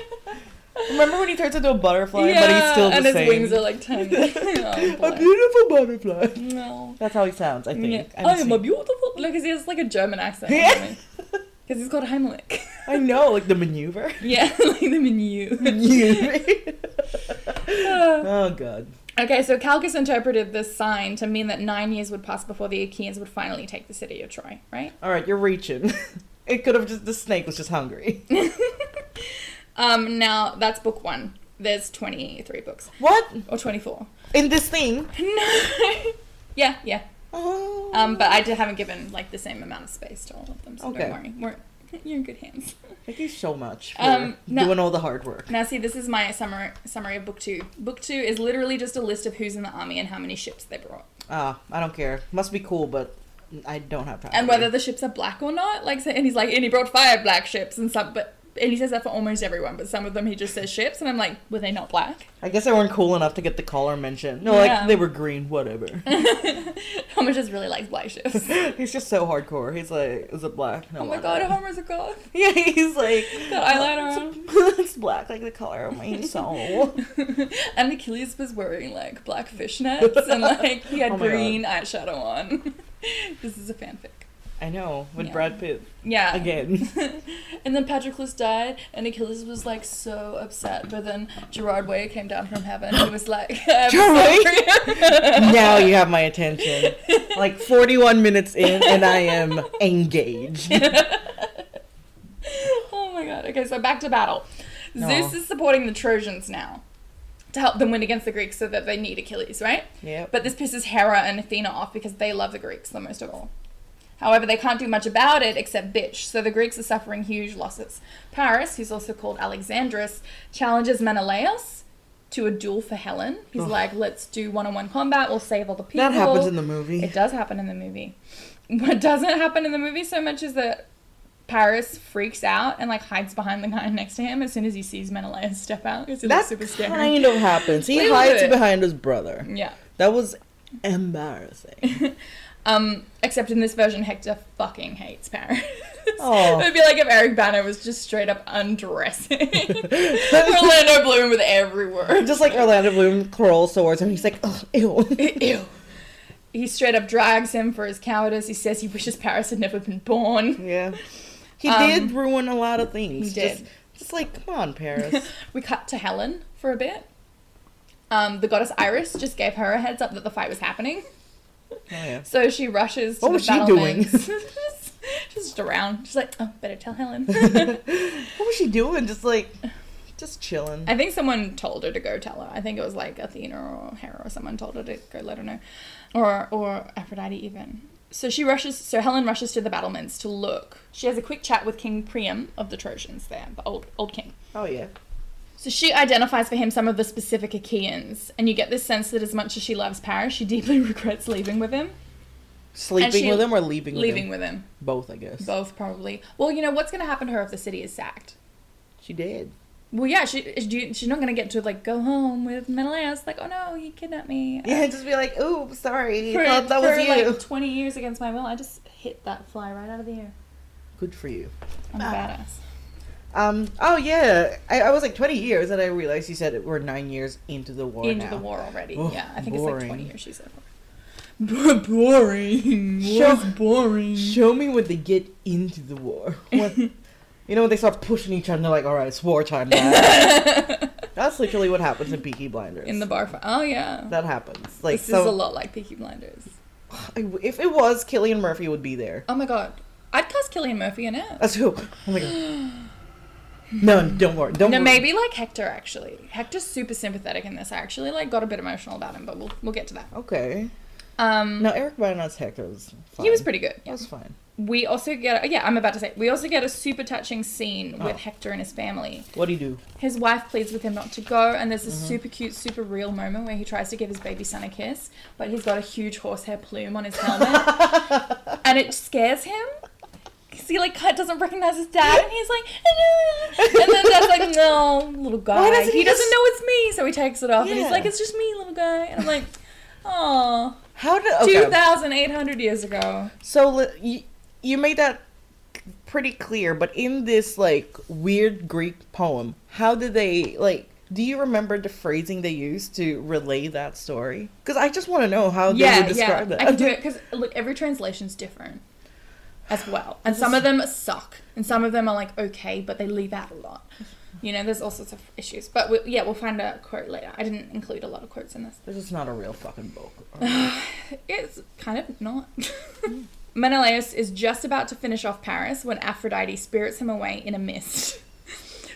Remember when he turns into a butterfly,
yeah,
but he's still the
and
same.
his wings are like tiny. oh,
a
bless.
beautiful butterfly.
no.
That's how he sounds, I
Yeah. Oh,
think. I
I
haven't
am a
seen-
beautiful. Like, 'cause he has like a German accent.
Yeah.
Because he's called Heimlich.
I know, like the maneuver.
yeah, like the menu.
oh god.
Okay, so Calchas interpreted this sign to mean that nine years would pass before the Achaeans would finally take the city of Troy, right?
All right, you're reaching. It could have just the snake was just hungry.
Um, now that's book one. There's 23 books
What
or 24.
in this thing?
No. yeah, yeah.
Oh.
Um, but I did, haven't given like the same amount of space to all of them, so
Okay.
don't worry. We're, you're in good hands.
Thank you so much for
Um, no.
doing all the hard work.
Now, see, this is my summary summary of book two. Book two is literally just a list of who's in the army and how many ships they brought,
Ah, I don't care. Must be cool, but I don't have time.
and whether the ships are black or not. Like, so, and he's like, and he brought five black ships and some, but and he says that for almost everyone, but some of them he just says ships, and I'm like, were they not black?
I guess they weren't cool enough to get the collar mentioned. No,
Yeah.
like they were green, whatever.
Homer just really likes black ships.
He's just so hardcore. He's like, is it black? No.
Oh my
wonder.
god, Homer's a god.
Yeah, he's like
Got eyeliner on.
it's black, like the color of my soul.
And Achilles was wearing like black fishnets and like he had
Oh my God.
green eyeshadow on. this is a fanfic.
I know, with
Yeah.
Brad Pitt
Yeah.
again.
And then Patroclus died, and Achilles was like so upset. But then Gerard Way came down from heaven. and He was like, I'm
Gerard
sorry.
now you have my attention. Like 41 minutes in, and I am engaged.
Oh my god. Okay, so back to battle.
No.
Zeus is supporting the Trojans now to help them win against the Greeks, so that they need Achilles, right?
Yep.
But this pisses Hera and Athena off because they love the Greeks the most of all. However, they can't do much about it except bitch, so the Greeks are suffering huge losses. Paris, who's also called Alexandrus, challenges Menelaus to a duel for Helen. He's
Ugh.
like, let's do one on one combat, we'll save all the people.
that happens in the movie.
It does happen in the movie. What doesn't happen in the movie so much is that Paris freaks out and like hides behind the guy next to him as soon as he sees Menelaus step out because he
That
looks super scary.
kind of happens. He
Little
hides
bit.
behind his brother.
Yeah.
That was embarrassing.
Um, except in this version, Hector fucking hates Paris.
Oh.
It would be like if Eric Banner was just straight up undressing Orlando Bloom with every word.
Just like Orlando Bloom crawls towards him, he's like, "Ugh, ew.
Ew. He straight up drags him for his cowardice. He says he wishes Paris had never been born.
Yeah. He
Um,
did ruin a lot of things.
he did.
Just, just like, come on, Paris.
We cut to Helen for a bit. Um, the goddess Iris just gave her a heads up that the fight was happening.
Oh, yeah.
So she rushes to
What
the
was she
battlements. just, just around. She's like, oh, better tell Helen.
What was she doing? Just like, just chilling.
I think someone told her to go tell her. I think it was like Athena or Hera or someone told her to go let her know, or or Aphrodite even. So she rushes. So Helen rushes to the battlements to look. She has a quick chat with King Priam of the Trojans, there, the old old king.
Oh yeah.
So she identifies for him some of the specific Achaeans, and you get this sense that as much as she loves Paris, she deeply regrets leaving with him.
Sleeping
she-
with him or leaving with
leaving
him?
with him,
Both, I guess.
both probably. Well, you know what's going to happen to her if the city is sacked.
She did.
Well, yeah, she, she she's not gonna get to like go home with Menelaus. Like, oh no, he kidnapped me.
Yeah, just be like, ooh, sorry.
for,
thought that
for,
was you.
like 20 years against my will. I just hit that fly right out of the air.
Good for you.
I'm a
Ah.
badass.
Um. Oh yeah. I, I was like 20 years, and I realized you said it, we're nine years into the war.
Into
now.
the war already.
Ugh,
yeah, I think it's like 20
boring.
years she's over. boring.
War's
boring.
Show me when they get into the war. What? you know when they start pushing each other, they're like, all right, it's wartime now. That's literally what happens in Peaky Blinders.
In the bar fight. Oh, yeah.
that happens. Like
this
so,
is a lot like Peaky Blinders.
I- if it was Killian Murphy, would be there.
Oh, my God. I'd cast Killian Murphy in it.
That's who. Oh my god. No, don't worry. Don't.
No,
worry.
maybe like Hector, actually. Hector's super sympathetic in this. I actually like got a bit emotional about him, but we'll, we'll get to that.
Okay.
Um,
No, Eric Bynum's Hector was. Fine.
he was pretty good.
That was fine.
We also get, yeah, I'm about to say, we also get a super touching scene with
Oh.
Hector and his family.
What do you do?
His wife pleads with him not to go, and there's this
Mm-hmm.
super cute, super real moment where he tries to give his baby son a kiss, but he's got a huge horsehair plume on his helmet, and it scares him. Cause he like kind of doesn't recognize his dad, and he's like, "Ah." and then dad's like, "No, little guy,
doesn't
he,
he
doesn't
just-
know it's me," so he takes it off, and
Yeah.
he's like, "It's just me, little guy," and I'm like, "Oh,
How do? Okay.
two thousand eight hundred years ago."
So li- you, you made that c- pretty clear, but in this like weird Greek poem, how did they like? Do you remember the phrasing they used to relay that story? Because I just want to know how they
yeah,
would describe
yeah.
that.
I can do it because look, every translation's different as well, and some of them suck, and some of them are like okay, but they leave out a lot. You know, there's all sorts of issues, but we, yeah, we'll find a quote later. I didn't include a lot of quotes in this.
This is not a real fucking book.
It's kind of not.
Hmm.
Menelaus is just about to finish off Paris when Aphrodite spirits him away in a mist.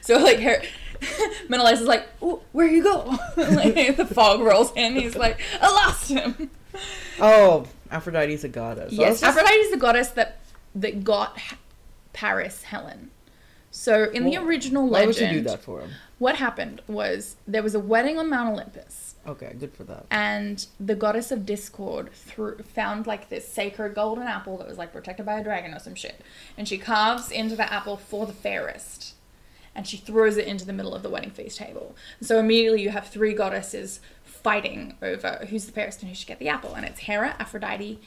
So like her, Menelaus is like, "Ooh, "Where you go?" like the fog rolls in. He's like, "I lost him."
Oh, Aphrodite's a goddess. I was
Yes,
just-
Aphrodite is the goddess that that got H- Paris Helen. So in the
Well,
original
Why
legend,
would you do that for him?
what happened was there was a wedding on Mount Olympus,
Okay, good for that.
and the goddess of discord threw, found like this sacred golden apple that was like protected by a dragon or some shit, and she carves into the apple for the fairest. And she throws it into the middle of the wedding feast table. So immediately you have three goddesses fighting over who's the fairest and who should get the apple. And it's Hera, Aphrodite,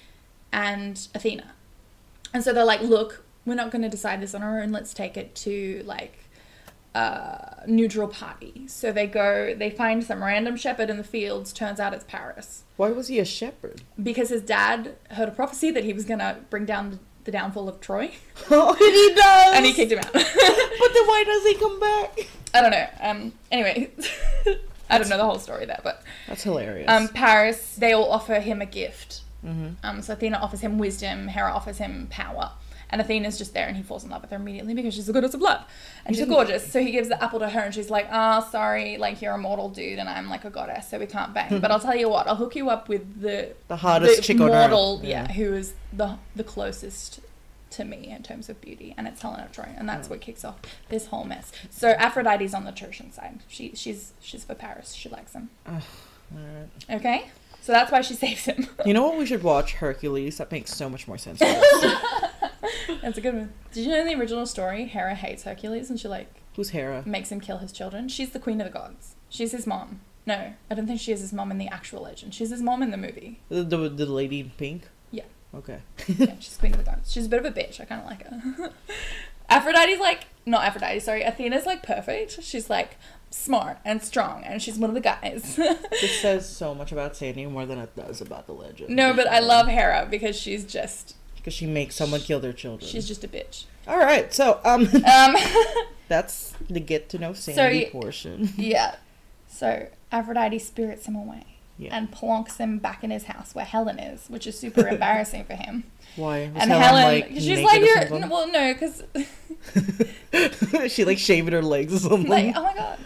and Athena. And so they're like, look, we're not going to decide this on our own. Let's take it to like a neutral party. So they go, they find some random shepherd in the fields. Turns out it's Paris
Why was he a shepherd?
because his dad heard a prophecy that he was going to bring down the downfall of Troy
oh, and he does.
and he kicked him out.
But then why does he come back?
I don't know. Um, anyway, I don't know the whole story there, but
That's hilarious.
um, Paris, they all offer him a gift. Um, so Athena offers him wisdom, Hera offers him power. And Athena's just there and he falls in love with her immediately because she's the goddess of love. And she's gorgeous. So he gives the apple to her and she's like, ah, sorry, like you're a mortal dude and I'm like a goddess, so we can't bang. but I'll tell you what, I'll hook you up with the
the hottest
the
chick on earth.
mortal, yeah. who is the the closest to me in terms of beauty, and it's Helen of Troy, and that's what kicks off this whole mess. So Aphrodite's on the Trojan side. She she's she's for Paris. She likes him.
Alright.
Okay, so that's why she saves him.
You know what? We should watch Hercules. That makes so much more sense. for us.
That's a good one. Did you know in the original story, Hera hates Hercules and she like
Who's Hera?
makes him kill his children? She's the queen of the gods. She's his mom. No, I don't think she is his mom in the actual legend. She's his mom in the movie.
The, the, the lady in pink?
Yeah.
Okay.
yeah, she's queen of the gods. She's a bit of a bitch. I kind of like her. Aphrodite's like not Aphrodite. Sorry, Athena's like perfect. She's like smart and strong, and she's one of the guys.
This says so much about Sandy more than it does about the legend.
no, but I love Hera because she's just
Because she makes someone kill their children.
she's just a bitch.
All right, so um,
Um,
that's the get to know Sandy
y-
portion.
yeah. So Aphrodite spirits him away.
Yeah.
And plonks him back in his house where Helen is, which is super embarrassing for him.
Why? Was
and Helen, she's
naked
like,
or
"You're
something?
n- well, no, because
she like shaving her legs or something.
like, oh my god,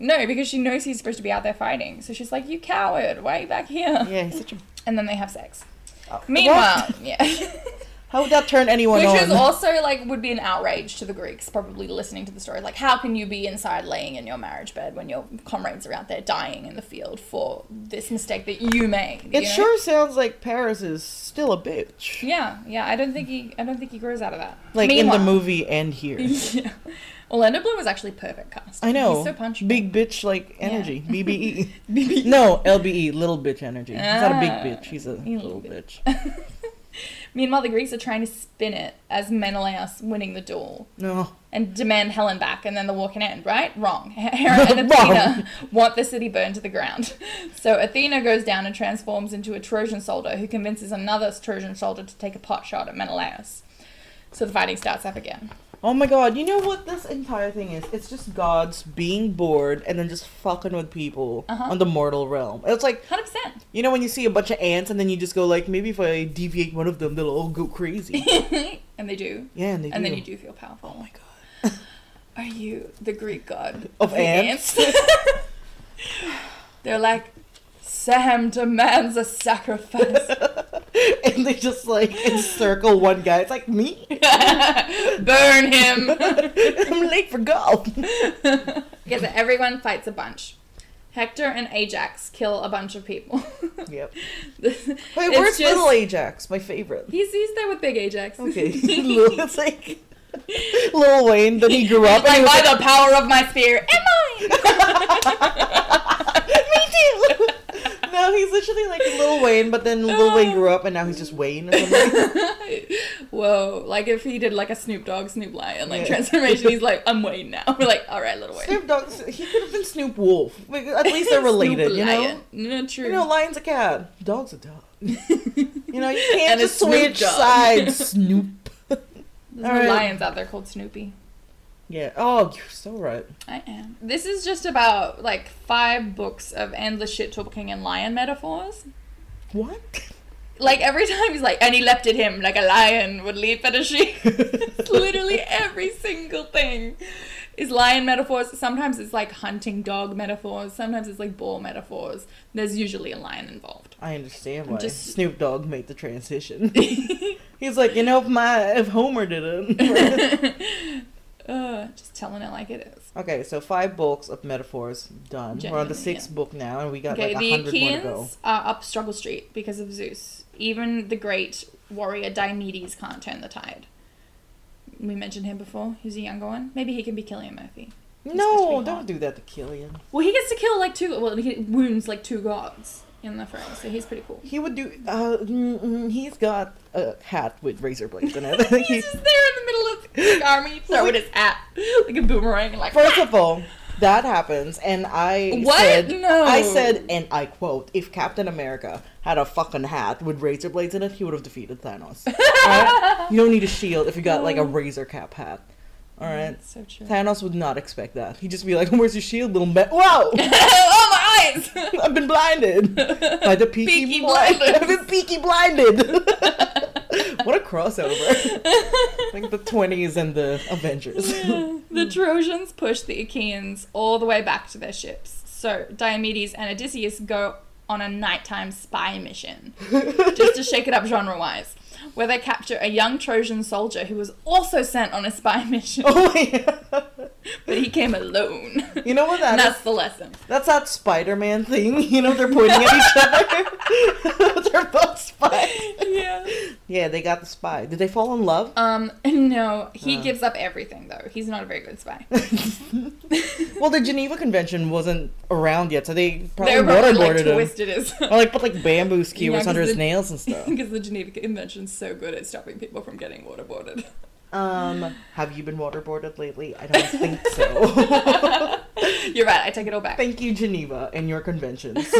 no, because she knows he's supposed to be out there fighting, so she's like, "You coward, why are you back here?"
yeah, he's such a.
And then they have sex.
Oh,
Meanwhile,
what?
yeah,
how would that turn anyone
which
on?
is also like would be an outrage to the Greeks, probably listening to the story. Like, how can you be inside laying in your marriage bed when your comrades are out there dying in the field for this mistake that you made? you
it
know?
sure sounds like Paris is still a bitch.
Yeah, yeah. I don't think he. I don't think he grows out of that.
Like in
Meanwhile-
the movie and here.
yeah. Orlando Bloom was actually perfect cast.
I know.
He's so punchable.
Big bitch like energy.
Yeah. E.
BBE. No, LBE. Little bitch energy. He's not a big
Ah,
bitch. He's a
you
little
little
bitch.
Meanwhile, the Greeks are trying to spin it as Menelaus winning the duel
No.
and demand Helen back, and then the walking end, right? Wrong. Hera and
Wrong.
Athena want the city burned to the ground. So Athena goes down and transforms into a Trojan soldier who convinces another Trojan soldier to take a pot shot at Menelaus. So the fighting starts up again.
Oh my god, you know what this entire thing is? It's just gods being bored and then just fucking with people
Uh-huh.
on the mortal realm. It's like,
100%.
you know when you see a bunch of ants and then you just go like, maybe if I deviate one of them, they'll all go crazy.
and they do.
yeah, and they
And
do.
then you do feel powerful.
Oh my god.
Are you the Greek god
Of
the
ants?
They're like, Sam demands a sacrifice.
and they just like encircle one guy. It's like me.
Burn him.
I'm late for golf.
Because everyone fights a bunch. Hector and Ajax kill a bunch of people.
Yep.
This-
Wait,
it's
where's
just-
Little Ajax? My favorite.
He's, he's there with Big Ajax.
Okay, Lil- it's like Lil Wayne. Then he grew up.
like,
and
by
he was
the power of my spear and mine!
like, me too. no, he's literally like Lil Wayne, but then Lil Wayne grew up, and now he's just Wayne. Or something.
Whoa, like if he did like a Snoop Dogg, Snoop Lion like
Yeah.
transformation, he's like, I'm Wayne now. We're like, all right, little Wayne.
Snoop Dogg. He could have been Snoop Wolf. Like, At least they're
Snoop
related, you know.
Lion. No, true.
You know, lion's a cat, dog's a dog. You know, you can't
And a
just
Snoop
switch
Dogg.
sides, Snoop.
There's no
All right.
lions out there called Snoopy.
Yeah. Oh, you're so right.
I am. This is just about like five books of endless shit talking and lion metaphors.
What?
Like every time he's like, and he leapt at him like a lion would leap at a sheep. it's literally every single thing is lion metaphors. Sometimes it's like hunting dog metaphors. Sometimes it's like ball metaphors. There's usually a lion involved.
I understand why
just-
Snoop Dogg made the transition. He's like, you know, if my if Homer did it.
Uh, just telling it like it is.
okay, so five books of metaphors done. We're on
Genuinely,
the sixth
yeah.
book now, and we got
Okay,
like a
the
hundred more to go.
Achaeans are up Struggle Street because of Zeus. Even the great warrior Diomedes can't turn the tide. We mentioned him before. He's a younger one. Maybe he can be Killian Murphy. He's supposed to
No,
be
don't
hot.
do that to Killian.
Well, he gets to kill like two. Well, he wounds like two gods in the frame, so he's pretty cool.
He would do. Uh, mm, mm, he's got a hat with razor blades in it. He-
He's just there in the middle of the Greek army throwing his hat like a boomerang, like
First of all, that happens, and I
What?
said,
No.
I said, and I quote: "If Captain America had a fucking hat with razor blades in it, he would have defeated Thanos." Alright? You don't need a shield if you got like a razor cap hat. All right,
so true.
Thanos would not expect that. He'd just be like, "Where's your shield, little man?" Whoa,
oh my eyes!
I've been blinded by the peaky,
Peaky
blind.
blinders.
I've been peaky blinded. what a crossover! like the twenties and the Avengers.
the Trojans push the Achaeans all the way back to their ships. So Diomedes and Odysseus go on a nighttime spy mission, just to shake it up genre wise, where they capture a young Trojan soldier who was also sent on a spy mission.
oh yeah.
but he came alone.
You know what that
And
is?
that's the lesson.
That's that Spider Man thing, you know, they're pointing at each other. they're both spies.
yeah.
Yeah, they got the spy. Did they fall in love?
Um, no, he
Oh.
gives up everything though. He's not a very good spy.
well, the Geneva Convention wasn't around yet, so they probably
They're probably like
waterboarded him.
twisted as
Or like put like bamboo skewers
'cause
under his
the-
nails and stuff.
because the Geneva Convention's so good at stopping people from getting waterboarded.
Um, have you been waterboarded lately? I don't think so.
You're right. I take it all back.
Thank you, Geneva, and your conventions.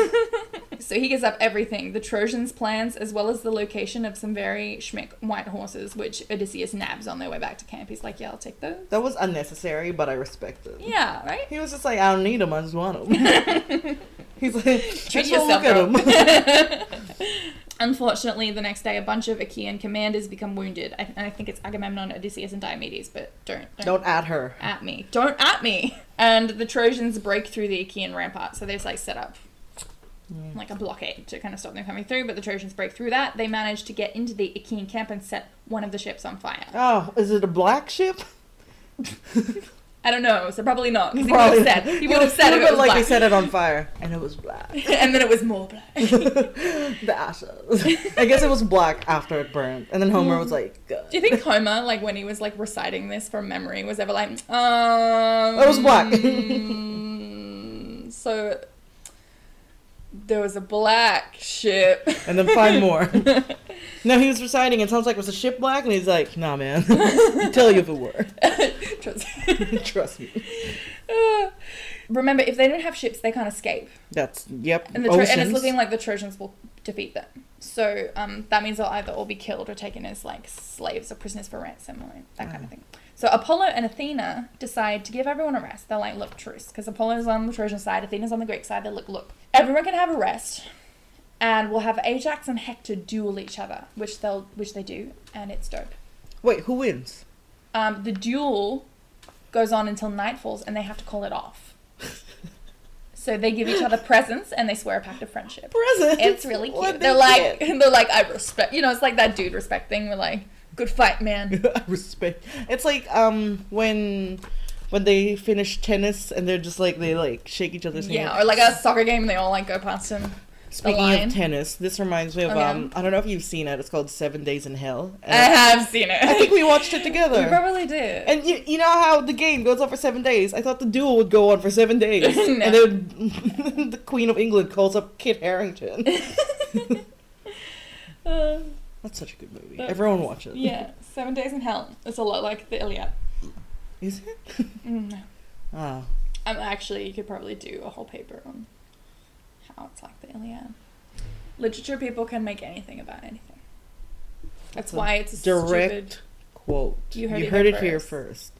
So he gives up everything the Trojans' plans, as well as the location of some very schmick white horses, which Odysseus nabs on their way back to camp. He's like, Yeah, I'll take those.
That was unnecessary, but I respect it.
Yeah, right?
He was just like, I don't need him, I just want him. He's like,
Treat
just don't
yourself.
look at him.
bro. Unfortunately, the next day, a bunch of Achaean commanders become wounded. I, and I think it's Agamemnon, Odysseus, and Diomedes, but don't, don't,
don't at her.
at me. Don't at me! And the Trojans break through the Achaean rampart. So they've like set up like a blockade to kind of stop them coming through, but the Trojans break through that. They manage to get into the Achaean camp and set one of the ships on fire.
Oh, is it a black ship?
I don't know, so probably not. Because he would
Probably
have
not.
said, he would have said if
would've
it was
like they
black.
set it on fire, and it was black.
and then it was more black.
the ashes. I guess it was black after it burned, and then Homer
Mm.
was like, "Good."
Do you think Homer, like when he was like reciting this from memory, was ever like, um, that
was black.
Mm. so there was a black ship.
and then find more. no, he was reciting. It sounds like it was a ship black, and he's like, "Nah, man, tell you if it were.
Trust-
Trust me."
Remember, if they don't have ships, they can't escape.
That's yep.
and the Tro- and it's
oceans.
looking like the Trojans will defeat them. So um, that means they'll either all be killed or taken as like slaves or prisoners for ransom or like, that kind of thing. So Apollo and Athena decide to give everyone a rest. They're like, look, truce, because Apollo's on the Trojan side, Athena's on the Greek side. They're like, look, everyone can have a rest, and we'll have Ajax and Hector duel each other, which they'll which they do, and it's dope.
Wait, who wins?
Um, the duel goes on until night falls, and they have to call it off. so they give each other presents and they swear a pact of friendship.
Present.
It's really cute. they're like, they're like, I respect. You know, it's like that dude respect thing. We're like, good fight, man.
I respect. It's like um when when they finish tennis and they're just like they like shake each other's hands.
yeah, or like a soccer game, and they all like go past him.
Speaking
lion.
of tennis, this reminds me of
Okay.
um I don't know if you've seen it. It's called Seven Days in Hell.
I
And
have seen it.
I think we watched it
we
together.
probably did.
And you, you know how the game goes on for seven days. I thought the duel would go on for seven days,
No.
and then the Queen of England calls up Kit Harrington.
Uh,
That's such a good movie.
That-
Everyone watch it.
yeah, Seven Days in Hell. It's a lot like the Iliad.
Is it?
Mm.
Ah,
Um, actually, you could probably do a whole paper on how it's like the Iliad. Literature people can make anything about anything.
That's
That's
a
why it's a
direct
stupid.
quote.
You heard it
it
here
here first,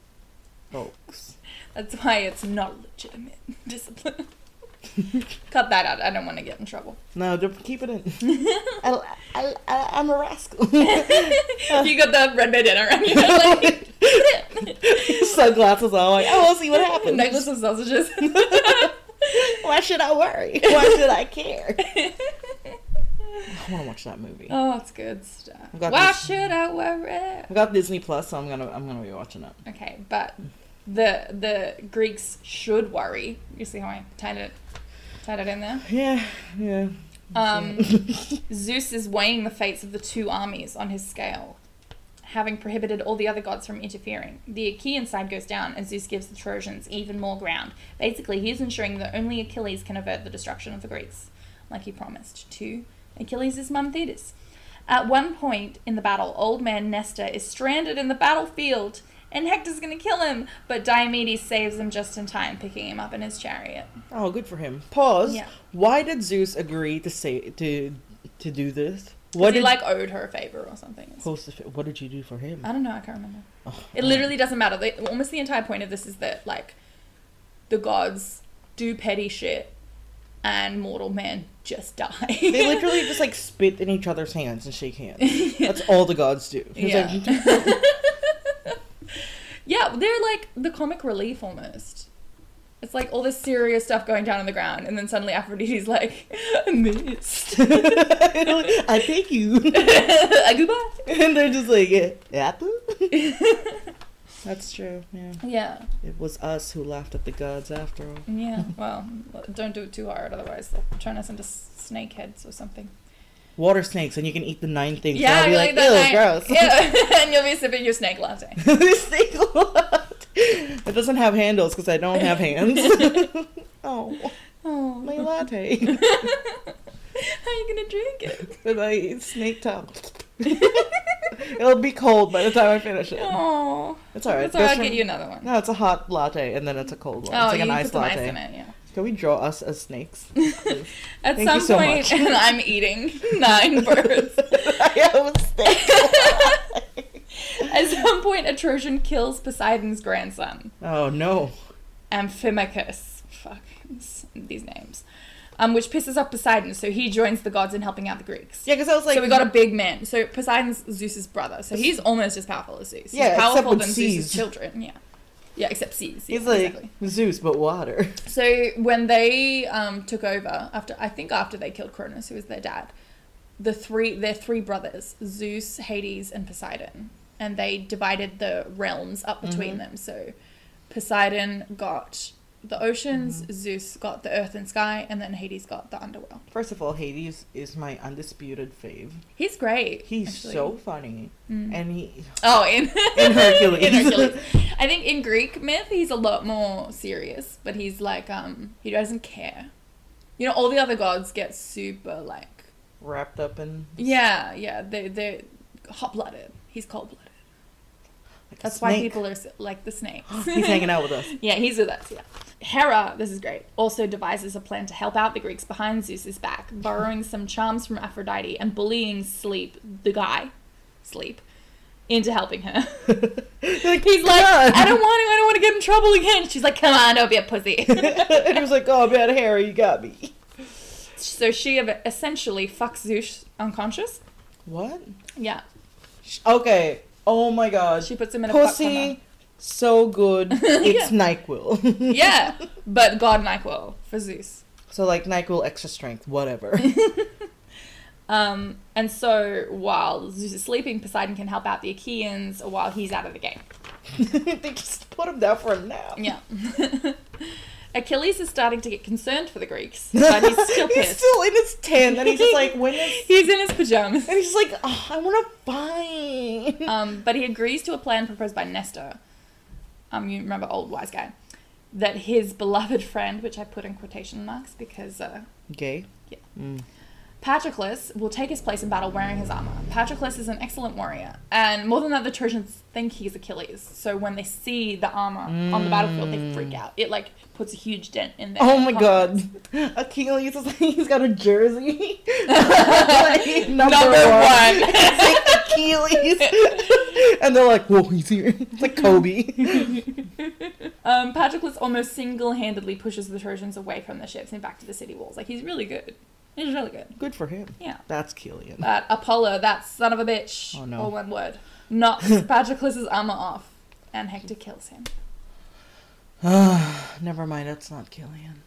folks.
That's why it's not a legitimate discipline. Cut that out. I don't want to get in trouble.
No, don't keep it in. I, I, I, I'm a rascal. Uh.
you got the red bandana around your head. Like,
Sunglasses on. Like, I will see what happens.
necklace of sausages.
Why should I worry? Why should I care? I want to watch that movie.
oh, it's good stuff.
I've got
Why
this-
should I worry?
I've got Disney Plus, so I'm gonna I'm gonna be watching it.
Okay, but the the Greeks should worry. You see how I tied it tied it in there.
Yeah, yeah.
Um, Zeus is weighing the fates of the two armies on his scale, having prohibited all the other gods from interfering. The Achaean side goes down, and Zeus gives the Trojans even more ground. Basically, he's ensuring that only Achilles can avert the destruction of the Greeks, like he promised to Achilles' mum Thetis. At one point in the battle, old man Nestor is stranded in the battlefield, and Hector's gonna kill him, but Diomedes saves him just in time, picking him up in his chariot.
Oh, good for him. Pause.
Yeah.
Why did Zeus agree to say to to do this? What
What he
did
like owed her a favor or something. It's
Post if- What did you do for him?
I don't know. I can't remember.
Oh,
Uh, It literally doesn't matter. They, almost the entire point of this is that like the gods do petty shit, and mortal man just die.
They literally just like spit in each other's hands and shake hands. That's all the gods do. He's
yeah.
like,
yeah, they're like the comic relief almost. It's like all this serious stuff going down on the ground, and then suddenly Aphrodite's like, I missed.
I thank you.
Goodbye.
And they're just like, yeah, apple? That's true. Yeah.
Yeah.
It was us who laughed at the gods after all.
Yeah. Well, don't do it too hard, otherwise they'll turn us into s- snake heads or something.
Water snakes, and you can eat the nine things.
Yeah,
and I'll be like, ew,
that
gross.
night- Yeah, and you'll be sipping your snake latte.
This thing laughed. It doesn't have handles because I don't have hands. oh,
Oh,
my latte.
how are you gonna drink it?
and I eat snake top. It'll be cold by the time I finish it.
Oh,
It's alright.
That's all
Goes
right, I'll get
from-
you another one.
No, it's a hot latte, and then it's a cold one.
oh,
it's like
you
an
can
ice
put some
latte.
ice in it. Yeah.
Can we draw us as snakes?
At
Thank you
some
so
point,
much.
and I'm eating nine birds.
I am a snake.
At some point, a Trojan kills Poseidon's grandson,
oh no.
Amphimachus. Fuck s- these names. Um, which pisses off Poseidon, so he joins the gods in helping out the Greeks.
Yeah, because I was like,
so we got a big man. So Poseidon's Zeus's brother. So he's almost as powerful as Zeus. He's
Yeah, except
powerful
with
than
seas.
Zeus's children. Yeah. Yeah, except seas. Yeah,
he's like
exactly.
Zeus, but water.
So when they um, took over after, I think after they killed Cronus, who was their dad, the three their three brothers, Zeus, Hades, and Poseidon, and they divided the realms up
Mm-hmm.
between them. So Poseidon got the oceans,
Mm-hmm.
Zeus got the earth and sky, and then Hades got the underworld.
First of all, Hades is my undisputed fave.
He's great.
He's
actually.
so funny, and he
oh in
in Hercules.
in Hercules. I think in Greek myth he's a lot more serious, but he's like um he doesn't care. You know, all the other gods get super like
wrapped up in
yeah, yeah, they they're hot blooded. He's cold blooded.
like a
That's why
snake.
people are so- like the snakes.
He's hanging out with us.
yeah, he's with us. Yeah. Hera, this is great, also devises a plan to help out the Greeks behind Zeus's back, borrowing some charms from Aphrodite and bullying Sleep, the guy, Sleep, into helping her. He's like, I don't want to, I don't want to get in trouble again. She's like, come on, don't be a pussy.
and he was like, "Oh, bad Harry, you got me."
so she ev- essentially fucks Zeus unconscious.
What?
Yeah.
Sh- Okay. Oh my God.
She puts him in a fuck coma.
Pussy, so good. It's Nyquil.
Yeah. But God NyQuil for Zeus.
so like Nyquil, extra strength, whatever.
Um, and so while Zeus is sleeping, Poseidon can help out the Achaeans while he's out of the game.
they just put him down for a nap.
Yeah. Achilles is starting to get concerned for the Greeks, but he's still
he's
pissed.
still in his tent, and he's just like, "When is?"
He's in his pajamas.
And he's just like, oh, "I want to find."
Um, but he agrees to a plan proposed by Nestor. Um, you remember old wise guy. That his beloved friend, which I put in quotation marks because uh,
Gay.
Patroclus will take his place in battle wearing his armor. Patroclus is an excellent warrior, and more than that, the Trojans think he's Achilles. So when they see the armor on the battlefield, they freak out. It like puts a huge dent in their.
Mm. Oh my
confidence.
god. Achilles is like, he's got a jersey. Like, number,
Number
one.
one.
It's like Achilles. and they're like, whoa, he's here. It's like Kobe.
Um, Patroclus almost single-handedly pushes the Trojans away from the ships and back to the city walls. Like he's really good. He's really good.
Good for him.
Yeah.
That's Killian.
But Apollo, that son of a bitch,
Oh, no.
all one word, knocks Patroclus's armor off, and Hector kills him. Uh,
Never mind, that's not Killian.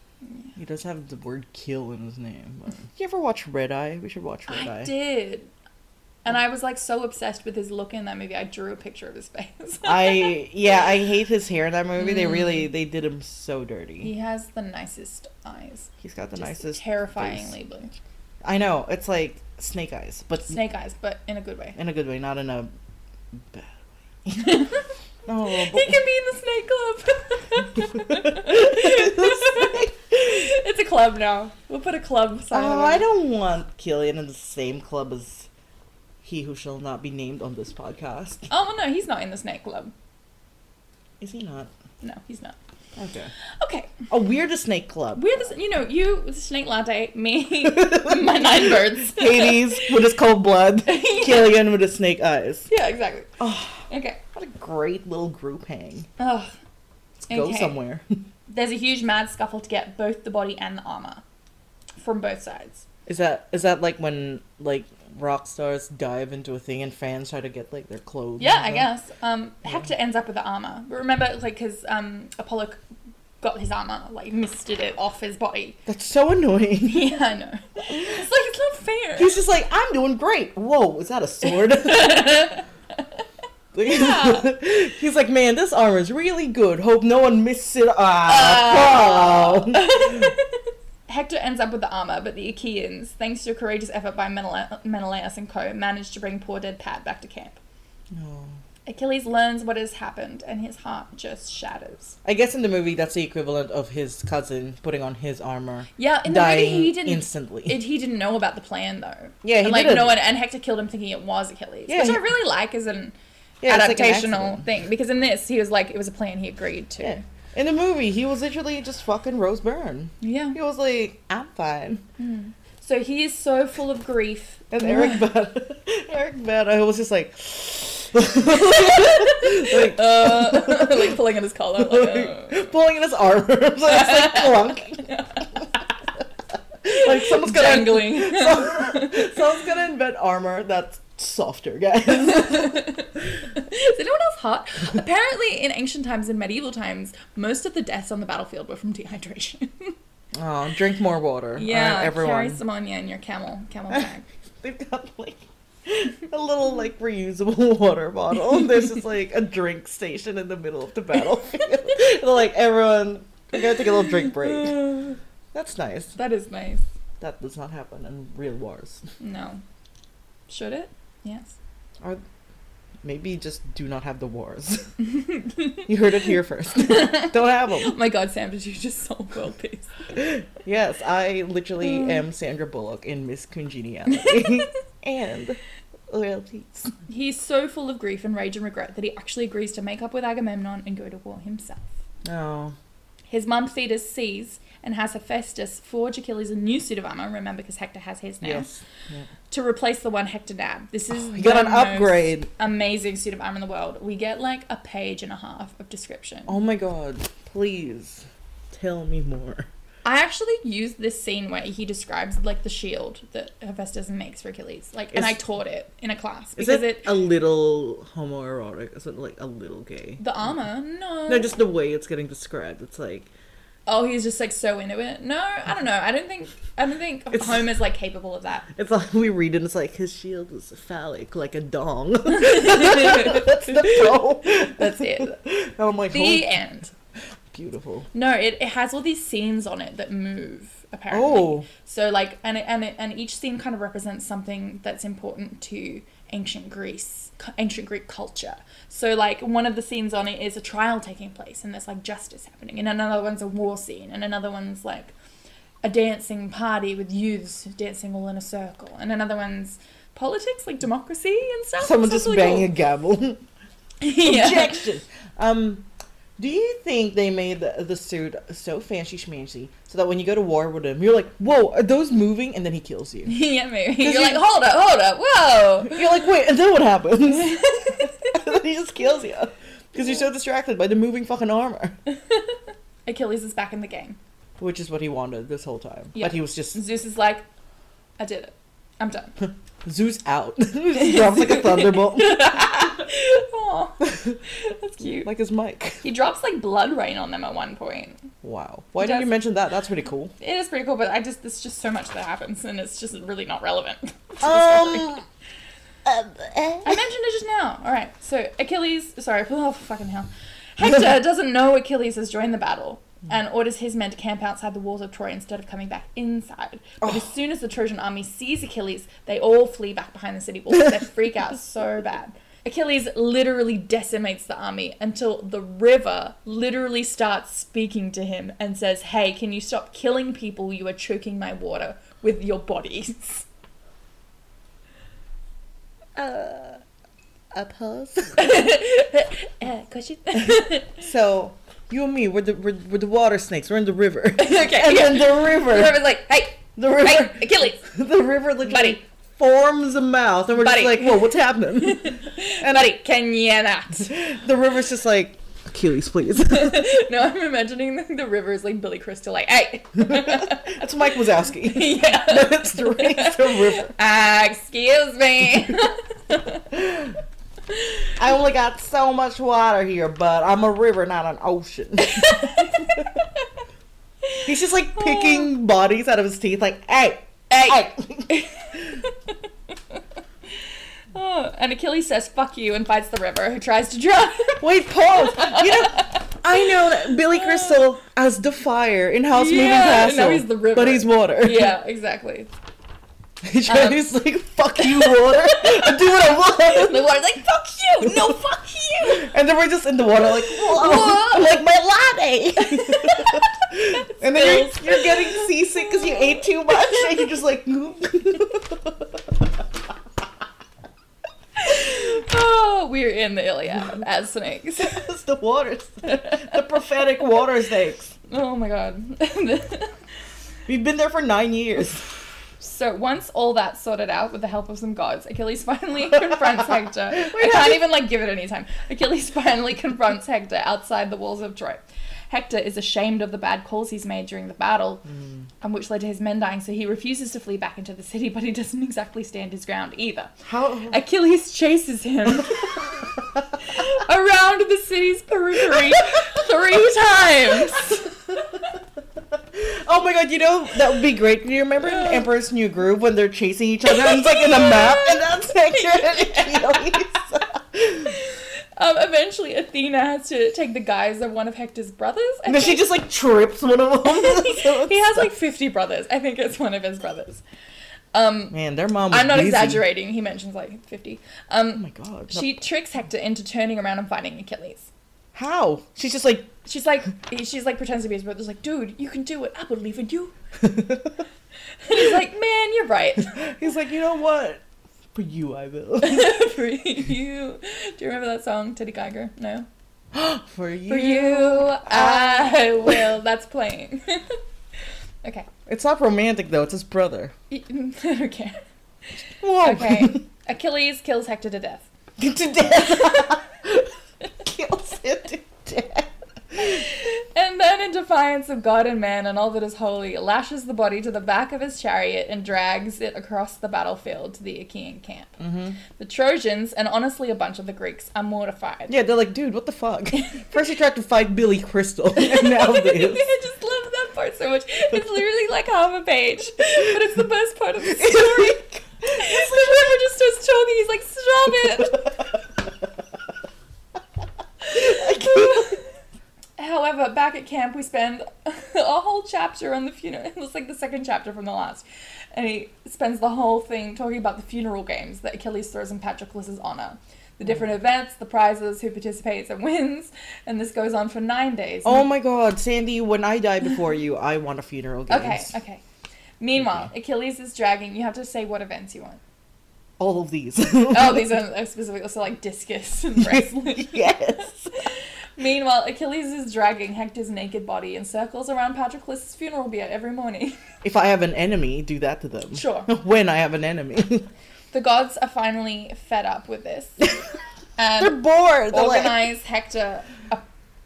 He does have the word kill in his name. But... You ever watch Red Eye? We should watch Red
I
Eye.
did. And I was like so obsessed with his look in that movie. I drew a picture of his face.
I yeah, I hate his hair in that movie. They really they did him so dirty.
Mm. he has the nicest eyes.
He's got the
Just
nicest
terrifyingly
face.
blue.
I know, it's like snake eyes, but
Snake eyes, but in a good way.
in a good way, not in a bad way. oh,
He can be in the snake club. it's a club now. We'll put a club sign.
Oh,
on
I
it.
don't want Killian in the same club as he who shall not be named on this podcast.
Oh no, he's not in the snake club.
Is he not?
No, he's not.
Okay.
Okay,
Oh, we're the snake club.
we're the you know you with the snake latte, me, my nine birds.
Hades with his cold blood.
Yeah.
Killian with his snake eyes.
yeah, exactly.
Oh,
Okay.
what a great little group hang.
Ugh.
Let's go
Okay.
somewhere.
There's a huge mad scuffle to get both the body and the armor from both sides.
Is that is that like when like rock stars dive into a thing and fans try to get like their clothes?
Yeah, I
and
guess. Um, Hector ends up with the armor, but remember, like, because um, Apollo c- got his armor, like, misted it off his body.
stuff? That's so annoying.
Yeah, I know. It's like it's not fair.
He's just like, I'm doing great. Whoa, is that a sword?
Yeah.
He's like, man, this armor is really good. Hope no one misses it. Ah,
Ah.
Paul."
Hector ends up with the armor, but the Achaeans, thanks to a courageous effort by Menela- Menelaus and co, manage to bring poor dead Pat back to camp.
No.
Achilles learns what has happened, and his heart just shatters.
I guess in the movie, that's the equivalent of his cousin putting on his armor,
Yeah, in the
dying
movie he didn't.
instantly.
It, he didn't know about the plan though.
Yeah, he
and, like
didn't.
no one, and Hector killed him thinking it was Achilles,
Yeah,
which
he-
I really like as an
Yeah, it's like an
adaptational
accident.
thing because in this he was like it was a plan he agreed to.
Yeah. In the movie, he was literally just fucking Rose Byrne.
Yeah.
He was like, I'm fine.
So he is so full of grief.
And Eric Bad, Eric Bad, I was just like, like,
uh, like pulling at his collar. Like, uh.
pulling in his armor. so it's like clunk. like someone's gonna
Dangling.
some- someone's gonna invent armor that's softer, guys.
Is anyone else hot? Apparently, in ancient times and medieval times, most of the deaths on the battlefield were from dehydration.
Oh, drink more water.
yeah,
Alright,
carry
Uh, everyone.
some on you in your camel camel bag.
They've got like a little like reusable water bottle. And there's just like a drink station in the middle of the battlefield. And, like everyone, we're gonna take a little drink break. That's nice.
that is nice.
That does not happen in real wars.
No, should it? Yes.
Or maybe just do not have the wars. you heard it here first. Don't have
Oh
them.
my God, Sam, did you just solve world peace?
Yes, I literally am Sandra Bullock in Miss Congeniality and loyalties.
He's so full of grief and rage and regret that he actually agrees to make up with Agamemnon and go to war himself.
No.
His mum Thetis sees and has Hephaestus forge Achilles a new suit of armor. Remember, because Hector has his now.
Yes.
to replace the one Hector nabbed. This is
Oh, You got
the
an
most
upgrade.
amazing suit of armor in the world. We get like a page and a half of description.
Oh my god. Please tell me more.
I actually used this scene where he describes like the shield that Hephaestus makes for Achilles. Like, and
Is-
I taught it in a class
Is
because
it,
it,
a little homoerotic? Is it like a little gay?
the armor. No.
No, just the way it's getting described. It's like
oh, he's just like so into it. No, I don't know. I don't think I don't think
It's-
Homer's like capable of that.
it's like we read and it's like his shield is phallic, like a dong. That's
That's
the pro.
it.
And I'm like,
The
"Oh,
end.
beautiful.
No, it, it has all these scenes on it that move apparently.
Oh.
So like and it, and it, and each scene kind of represents something that's important to ancient Greece, cu- ancient Greek culture. So like one of the scenes on it is a trial taking place and there's like justice happening and another one's a war scene and another one's like a dancing party with youths dancing all in a circle and another one's politics like democracy and stuff.
Someone
So it's
just
really
banging a gavel.
cool. Yeah.
Objection. Um, do you think they made the, the suit so fancy schmancy so that when you go to war with him, you're like, whoa, are those moving? And then he kills you.
yeah, maybe. You're
you-
like, hold up, hold up, whoa.
You're like, wait, and then what happens? and then he just kills you. Because you're so distracted by the moving fucking armor.
Achilles is back in the game.
Which is what he wanted this whole time.
Yeah.
But he was just
Zeus is like, I did it. I'm done.
Zeus out. He just drops like a thunderbolt.
Aw, that's cute.
like his mic.
He drops like blood rain on them at one point.
Wow. Why
He
did you
does.
mention that? That's pretty cool.
It is pretty cool, but I just there's just so much that happens, and it's just really not relevant. to the story.
Um. eh.
I mentioned it just now. All right, so Achilles, sorry, oh fucking hell, Hector doesn't know Achilles has joined the battle. And orders his men to camp outside the walls of Troy instead of coming back inside. But as soon as the Trojan army sees Achilles, they all flee back behind the city walls. They freak out so bad. Achilles literally decimates the army until the river literally starts speaking to him and says, Hey, can you stop killing people? You are choking my water with your bodies.
Uh, a pause.
Uh, question?
so, you and me, we're the, we're, we're the water snakes. We're in the river. and
okay. yeah.
then the
And I
river.
was like, hey,
The
hey,
river.
Achilles.
The river literally
Buddy.
forms a mouth. And we're
Buddy.
just like, whoa, what's happening?
And buddy, can you not?
the river's just like, Achilles, please.
no, I'm imagining the, the river is like Billy Crystal, like, hey.
That's Mike Wazowski.
yeah.
That's the, it's the river.
Uh, excuse me.
I only got so much water here, but I'm a river, not an ocean. He's just like
Oh.
picking bodies out of his teeth, like, hey,
hey.
hey.
Oh, and Achilles says, fuck you, and fights the river, who tries to drown him.
Wait, pause. You know, I know that Billy Crystal as the fire in House Moving
Yeah,
Castle.
now he's the river.
But he's water.
yeah, um, exactly.
he's just like, fuck you, water. I do what I
The
want.
water's like, fuck you! No, fuck you!
And then we're just in the water, like,
Whoa.
whoa, Oh, like my latte. and then
Spills.
you're, you're getting seasick because you ate too much, and you're just like,
Oh, we're in the Iliad as snakes.
it's the water, the prophetic water snakes.
Oh my god.
We've been there for nine years.
so once all that's sorted out with the help of some gods, Achilles finally confronts Hector. I
how
can't
did-
even like give it any time. Achilles finally confronts Hector outside the walls of Troy. Hector is ashamed of the bad calls he's made during the battle, and which led to his men dying, so he refuses to flee back into the city, but he doesn't exactly stand his ground either.
How?
Achilles chases him around the city's periphery three times.
Oh my god, you know, that would be great. Do you remember in Emperor's New Groove when they're chasing each other and it's like in a map and that's like Achilles?
Um, eventually, Athena has to take the guise of one of Hector's brothers. I
and then she
think.
just like trips one of them. So
he has
it's-
like 50 brothers. I think it's one of his brothers. Um,
Man, their mom was
I'm not
busy.
exaggerating. He mentions like 50.
Oh
Um,
my god.
she tricks Hector into turning around and fighting Achilles.
How? She's just like.
She's like, she's like pretends to be his brother. She's like, dude, you can do it. I believe in you. And he's like, man, you're right.
He's like, you know what? For you, I will.
For you. Do you remember that song, Teddy Geiger? No.
For you.
For you, I will. That's playing. okay.
It's not romantic though, it's his brother.
I don't care.
Whoa.
Okay. Achilles kills Hector to death.
to death. Kills him to death.
And then, in defiance of God and man and all that is holy, lashes the body to the back of his chariot and drags it across the battlefield to the Achaean camp.
Mm-hmm.
The Trojans, and honestly a bunch of the Greeks, are mortified.
Yeah, they're like, dude, what the fuck? First he tried to fight Billy Crystal, and now this.
I just love that part so much. It's literally like half a page, but it's the best part of the story.
It's like-
the river just starts talking. He's like, "Stop
I can't-
it." However, back at camp, we spend a whole chapter on the funeral. It was like the second chapter from the last, and he spends the whole thing talking about the funeral games that Achilles throws in Patroclus's honor. The different events, the prizes, who participates and wins, and this goes on for nine days.
oh my god, Sandy, when I die before you, I want a funeral
Okay,
games.
okay. Meanwhile, Achilles is dragging. You have to say what events you want.
All of these.
Oh, these are specific. Also, like discus and wrestling.
yes.
Meanwhile, Achilles is dragging Hector's naked body in circles around Patroclus' funeral bier every morning.
If I have an enemy, do that to them.
Sure.
When I have an enemy.
The gods are finally fed up with this
they're
and
bored. They're like,
organize Hector a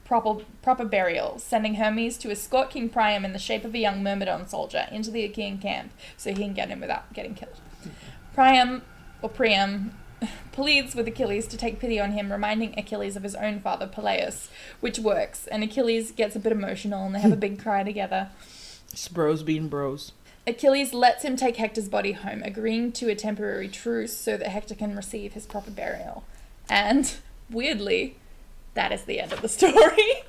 proper proper burial, sending Hermes to escort King Priam in the shape of a young Myrmidon soldier into the Achaean camp so he can get him without getting killed. Priam or Priam pleads with Achilles to take pity on him, reminding Achilles of his own father Peleus, which works, and Achilles gets a bit emotional and they have a big cry together.
Just bros being bros.
Achilles lets him take Hector's body home, agreeing to a temporary truce so that Hector can receive his proper burial. And weirdly, that is the end of the story.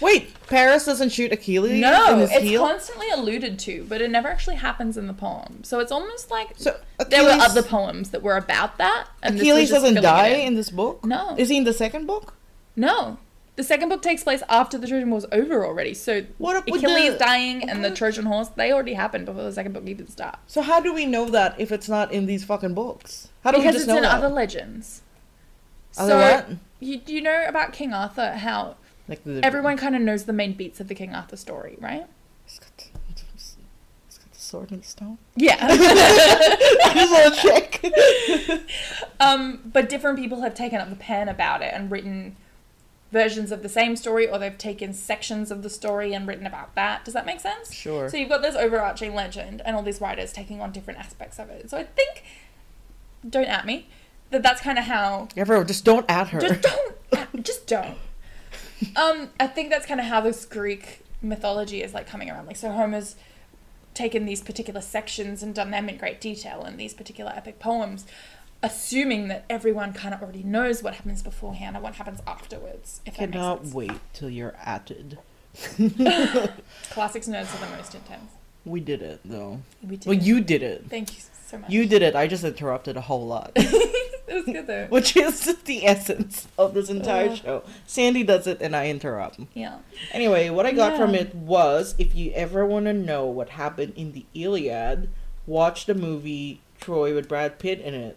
Wait, Paris doesn't shoot Achilles in
no,
his
it's
heel?
constantly alluded to, but it never actually happens in the poem. So it's almost like
so
there were
Achilles-
other poems that were about that. And this was
Achilles
just
doesn't
filling it
die
in.
in this book?
No.
Is he in the second book?
No. The second book takes place after the Trojan War is over already. So
What up with
Achilles
the-
dying and the Trojan horse, they already happened before the second book even starts.
So how do we know that if it's not in these fucking books? How do
because
we just
it's
know
in
that?
other legends.
Other
so
what?
you you know about King Arthur how
Like the
everyone kind of knows the main beats of the King Arthur story, right?
He's got the, he's got the sword and the stone.
Yeah.
I just want to check.
um, but different people have taken up the pen about it and written versions of the same story, or they've taken sections of the story and written about that. Does that make sense?
Sure.
So you've got this overarching legend and all these writers taking on different aspects of it. So I think, don't at me, that that's kind of how
Everyone, just don't at her.
Just don't. just don't. Um, I think that's kind of how this Greek mythology is like coming around. Like, so Homer's taken these particular sections and done them in great detail in these particular epic poems. assuming that everyone kind of already knows what happens beforehand and what happens afterwards. If that
Cannot
makes sense.
wait till you're atted.
Classics nerds are the most intense.
We did it though.
We did.
Well,
it.
you did it.
Thank you so much.
You did it. I just interrupted a whole lot,
It was good though.
which is the essence of this entire
Ugh.
show. Sandy does it, and I interrupt.
Yeah.
Anyway, what I got from
Yeah.
it was if you ever want to know what happened in the Iliad, watch the movie Troy with Brad Pitt in it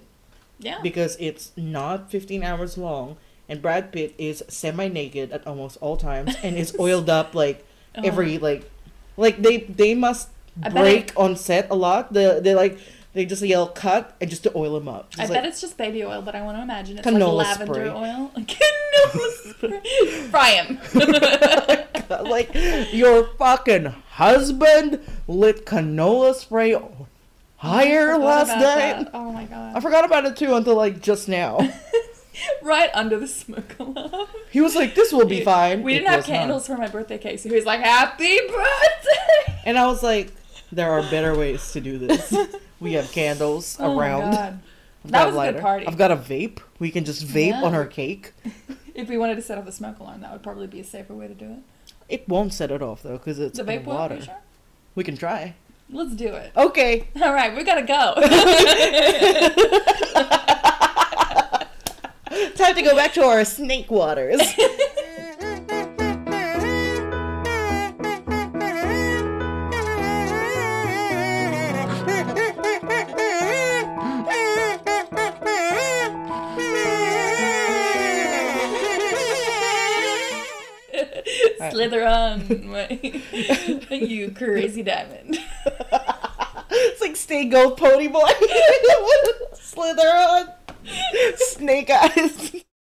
Yeah.
because it's not 15 hours long and Brad Pitt is semi-naked at almost all times and is oiled up like
Oh.
every like like they they must
I bet
break on set a lot. The they like they just yell cut and just to oil him up.
I
Just
bet
like,
it's just baby oil, but I want to imagine it's
Canola
like lavender
spray.
oil. Canola spray. Fry him.
like your fucking husband lit canola spray on higher
forgot
last
about
night.
that. Oh my
I
god.
forgot about it too until like just now.
Right under the smoke alarm.
He was like, "This will be fine."
We
It
didn't have
was not.
candles for my birthday cake, so he was like, Happy birthday!
and I was like, "There are better ways to do this. We have candles
Oh my
around.
God.
I've got
That was a good
lighter.
party.
I've got a vape. We can just vape
Yeah.
on our cake.
If we wanted to set off the smoke alarm, that would probably be a safer way to do it.
It won't set it off though, because it's
The vape
in
oil, are
water.
you sure?
We can try.
Let's do it.
Okay.
All right, we gotta go.
Time to go back to our snake waters.
Slither on, my- you crazy diamond.
it's like stay gold pony boy. Slither on. Snake eyes.